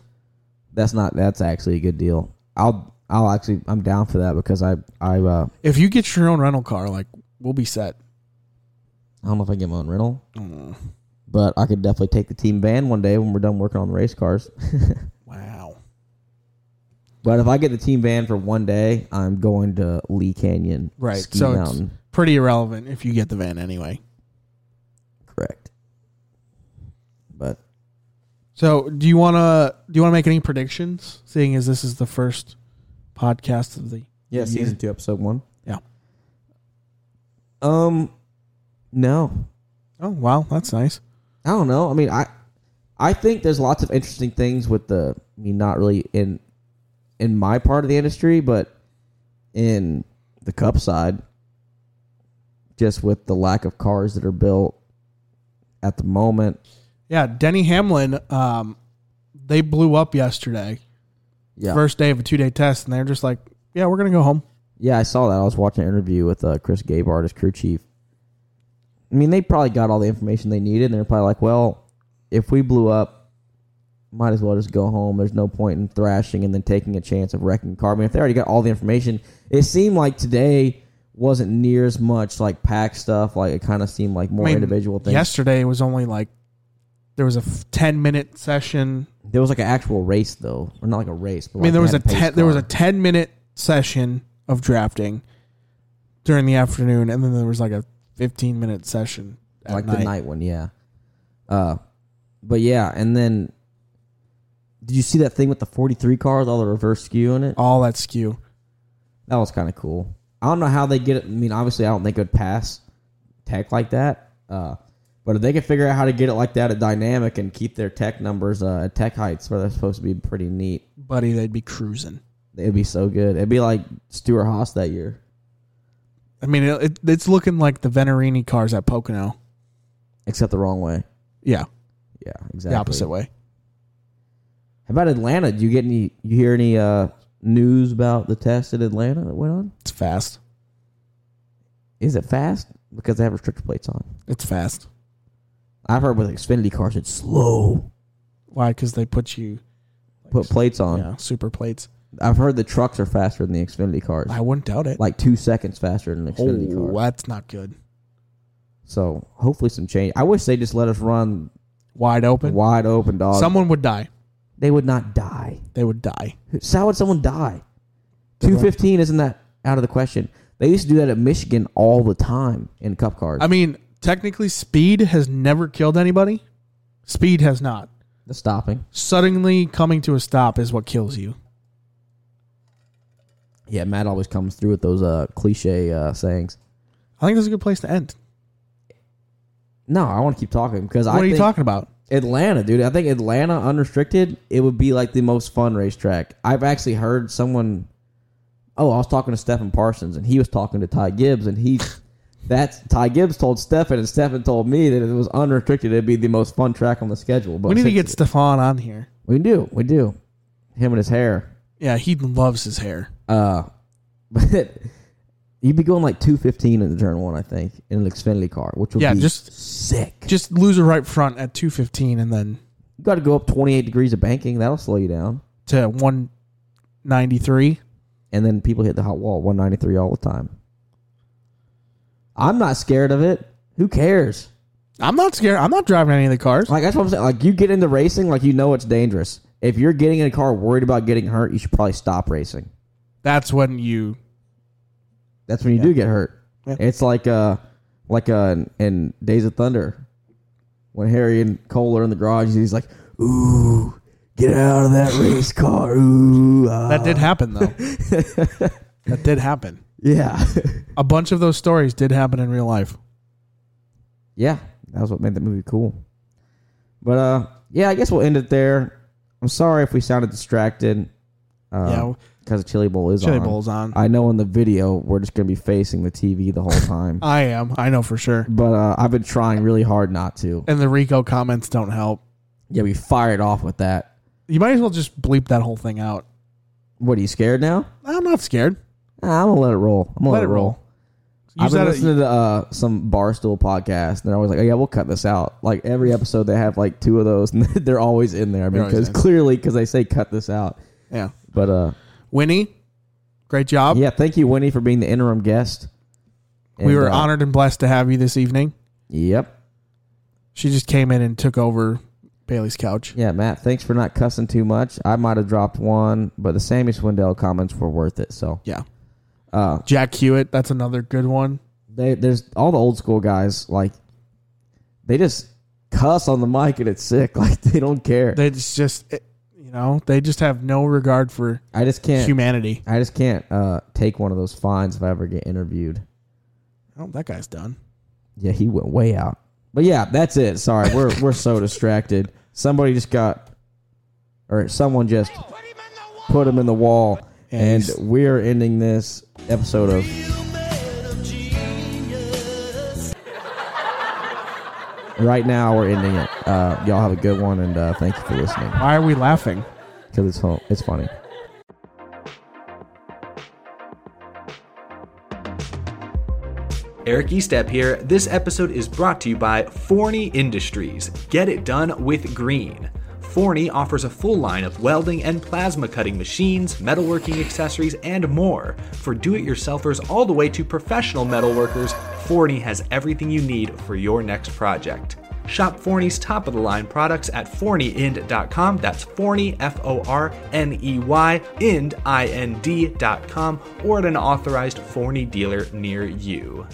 Speaker 3: That's not. That's actually a good deal. I'll. I'll actually. I'm down for that because I. I. Uh,
Speaker 2: If you get your own rental car, like we'll be set. Mm,
Speaker 3: I don't know if I can get my own rental, but I could definitely take the team van one day when we're done working on the race cars.
Speaker 2: Wow.
Speaker 3: but if I get the team van for one day, I'm going to Lee Canyon,
Speaker 2: Right.
Speaker 3: Ski
Speaker 2: so
Speaker 3: Mountain.
Speaker 2: it's pretty irrelevant if you get the van anyway.
Speaker 3: Correct. But
Speaker 2: So, do you want to do you want to make any predictions? Seeing as this is the first podcast of the
Speaker 3: yeah, season two, episode one.
Speaker 2: yeah.
Speaker 3: Um, no,
Speaker 2: Oh wow, that's nice.
Speaker 3: I don't know. I mean, I I think there's lots of interesting things with the. I mean, not really in in my part of the industry, but in the cup side, just with the lack of cars that are built at the moment.
Speaker 2: Yeah, Denny Hamlin, um, they blew up yesterday,
Speaker 3: Yeah,
Speaker 2: first day of a two day test, and they're just like, yeah, we're gonna go home.
Speaker 3: yeah, I saw that. I was watching an interview with uh, Chris Gabard, his crew chief. I mean, they probably got all the information they needed, and they're probably like, "Well, if we blew up, might as well just go home. There's no point in thrashing and then taking a chance of wrecking a car." I mean, if they already got all the information, it seemed like today wasn't near as much like pack stuff. Like it kind of seemed like more
Speaker 2: I mean,
Speaker 3: individual things.
Speaker 2: Yesterday was only like there was a f- ten minute session.
Speaker 3: There was like an actual race though, or not like a race. But
Speaker 2: I mean, there was a
Speaker 3: ten.
Speaker 2: ten, there was a ten minute session of drafting during the afternoon, and then there was like a fifteen minute session at
Speaker 3: like
Speaker 2: night.
Speaker 3: the night one, yeah. Uh, but yeah, and then did you see that thing with the forty three car with all the reverse skew in it?
Speaker 2: All that skew.
Speaker 3: That was kind of cool. I don't know how they get it. I mean, obviously, I don't think it would pass tech like that. Uh, but if they can figure out how to get it like that at Dynamic and keep their tech numbers uh, at tech heights where they're supposed to be pretty neat,
Speaker 2: buddy, they'd be cruising.
Speaker 3: it'd be so good. It'd be like Stuart Haas that year.
Speaker 2: I mean, it, it, it's looking like the Venerini cars at Pocono.
Speaker 3: except the wrong way.
Speaker 2: Yeah,
Speaker 3: Yeah, exactly.
Speaker 2: the opposite way.
Speaker 3: How about Atlanta? Do you get any? You hear any uh, news about the test at Atlanta that went on?
Speaker 2: It's fast.
Speaker 3: Is it fast? Because they have restrictor plates on.
Speaker 2: It's fast.
Speaker 3: I've heard with Xfinity cars, it's slow.
Speaker 2: Why? Because they put you
Speaker 3: Put plates on.
Speaker 2: yeah, super plates.
Speaker 3: I've heard the trucks are faster than the Xfinity cars,
Speaker 2: I wouldn't doubt it.
Speaker 3: like two seconds faster than the Xfinity
Speaker 2: oh,
Speaker 3: cars.
Speaker 2: that's not good.
Speaker 3: So hopefully some change. I wish they just let us run
Speaker 2: Wide open.
Speaker 3: wide open, dog.
Speaker 2: Someone would die.
Speaker 3: they would not die.
Speaker 2: They would die.
Speaker 3: How would someone die? Two fifteen isn't that out of the question? They used to do that at Michigan all the time in cup cars.
Speaker 2: I mean, technically, speed has never killed anybody. Speed has not.
Speaker 3: the stopping.
Speaker 2: Suddenly coming to a stop is what kills you.
Speaker 3: Yeah, Matt always comes through with those uh, cliche uh, sayings.
Speaker 2: I think this is a good place to end.
Speaker 3: No, I want to keep talking because I
Speaker 2: What are you
Speaker 3: think
Speaker 2: talking about?
Speaker 3: Atlanta, dude. I think Atlanta unrestricted, it would be like the most fun racetrack. I've actually heard someone. Oh, I was talking to Stephen Parsons, and he was talking to Ty Gibbs, and he. That's Ty Gibbs told Stephen, and Stephen told me that if it was unrestricted, it'd be the most fun track on the schedule. But
Speaker 2: We need to
Speaker 3: since
Speaker 2: get
Speaker 3: it-
Speaker 2: Stefan on here.
Speaker 3: We do. We do. Him and his hair.
Speaker 2: Yeah, he loves his hair.
Speaker 3: Uh, but you'd be going like 215 in the turn one, I think, in an Xfinity car, which would
Speaker 2: Yeah,
Speaker 3: be
Speaker 2: just-
Speaker 3: sick.
Speaker 2: Just lose a right front at 215 and then
Speaker 3: you got to go up 28 degrees of banking. That'll slow you down.
Speaker 2: to 193.
Speaker 3: And then people hit the hot wall 193 all the time. I'm not scared of it. Who cares?
Speaker 2: I'm not scared. I'm not driving any of the cars.
Speaker 3: Like, that's what I'm saying. Like, you get into racing, like, you know it's dangerous. If you're getting in a car worried about getting hurt, you should probably stop racing.
Speaker 2: That's when you.
Speaker 3: That's when you do get hurt.
Speaker 2: Yeah.
Speaker 3: It's like uh like uh in, in Days of Thunder when Harry and Cole are in the garage. He's like, "Ooh, get out of that race car!" Ooh, ah."
Speaker 2: That did happen, though. that did happen.
Speaker 3: yeah,
Speaker 2: A bunch of those stories did happen in real life.
Speaker 3: yeah. That was what made the movie cool. But uh, yeah, I guess we'll end it there. I'm sorry if we sounded distracted.
Speaker 2: Yeah.
Speaker 3: Uh, because the chili bowl is
Speaker 2: Chili
Speaker 3: on.
Speaker 2: Bowl's on.
Speaker 3: I know in the video we're just gonna be facing the TV the whole time.
Speaker 2: I am. I know for sure.
Speaker 3: but uh, I've been trying really hard not to.
Speaker 2: And the Rico comments don't help.
Speaker 3: Yeah, we fired off with that.
Speaker 2: You might as well just bleep that whole thing out.
Speaker 3: What are you scared now?
Speaker 2: I'm not scared.
Speaker 3: Ah, I'm gonna let it roll. I'm gonna let, it roll. I've
Speaker 2: Use
Speaker 3: been
Speaker 2: that as-
Speaker 3: listening to uh, some barstool podcast, and they're always like, "Oh yeah, we'll cut this out." Like every episode, they have like two of those, and they're always in there. I mean,
Speaker 2: They're always
Speaker 3: because
Speaker 2: in.
Speaker 3: clearly, because they say cut this out.
Speaker 2: yeah.
Speaker 3: But uh,
Speaker 2: Winnie, great job.
Speaker 3: yeah, thank you, Winnie, for being the interim guest.
Speaker 2: we
Speaker 3: And,
Speaker 2: were
Speaker 3: uh,
Speaker 2: honored and blessed to have you this evening.
Speaker 3: Yep.
Speaker 2: She just came in and took over Bailey's couch.
Speaker 3: Yeah, Matt. Thanks for not cussing too much. I might have dropped one, but the Sammy Swindell comments were worth it. So
Speaker 2: Yeah.
Speaker 3: uh,
Speaker 2: Jack Hewitt, that's another good one.
Speaker 3: they there's all the old school guys like they just cuss on the mic and it's sick like they don't care
Speaker 2: They just, just it- you know, they just have no regard for
Speaker 3: i just can't
Speaker 2: humanity.
Speaker 3: i just can't uh take one of those fines if i ever get interviewed
Speaker 2: Oh, that guy's done.
Speaker 3: yeah he went way out but yeah that's it sorry we're we're so distracted somebody just got or someone just put him in the wall and
Speaker 2: he's-
Speaker 3: we're ending this episode of right now we're ending it uh, y'all have a good one and uh, thank you for listening
Speaker 2: Why are we laughing?
Speaker 3: because it's fu- it's funny.
Speaker 4: Eric Estep here. This episode is brought to you by Forney Industries. Get it done with green. Forney offers a full line of welding and plasma cutting machines, metalworking accessories, and more. For do it yourselfers all the way to professional metalworkers, Forney has everything you need for your next project. Shop Forney's top of the line products at forneyend.com. That's Forney, F O R N E Y, end, I N D.com, or at an authorized Forney dealer near you.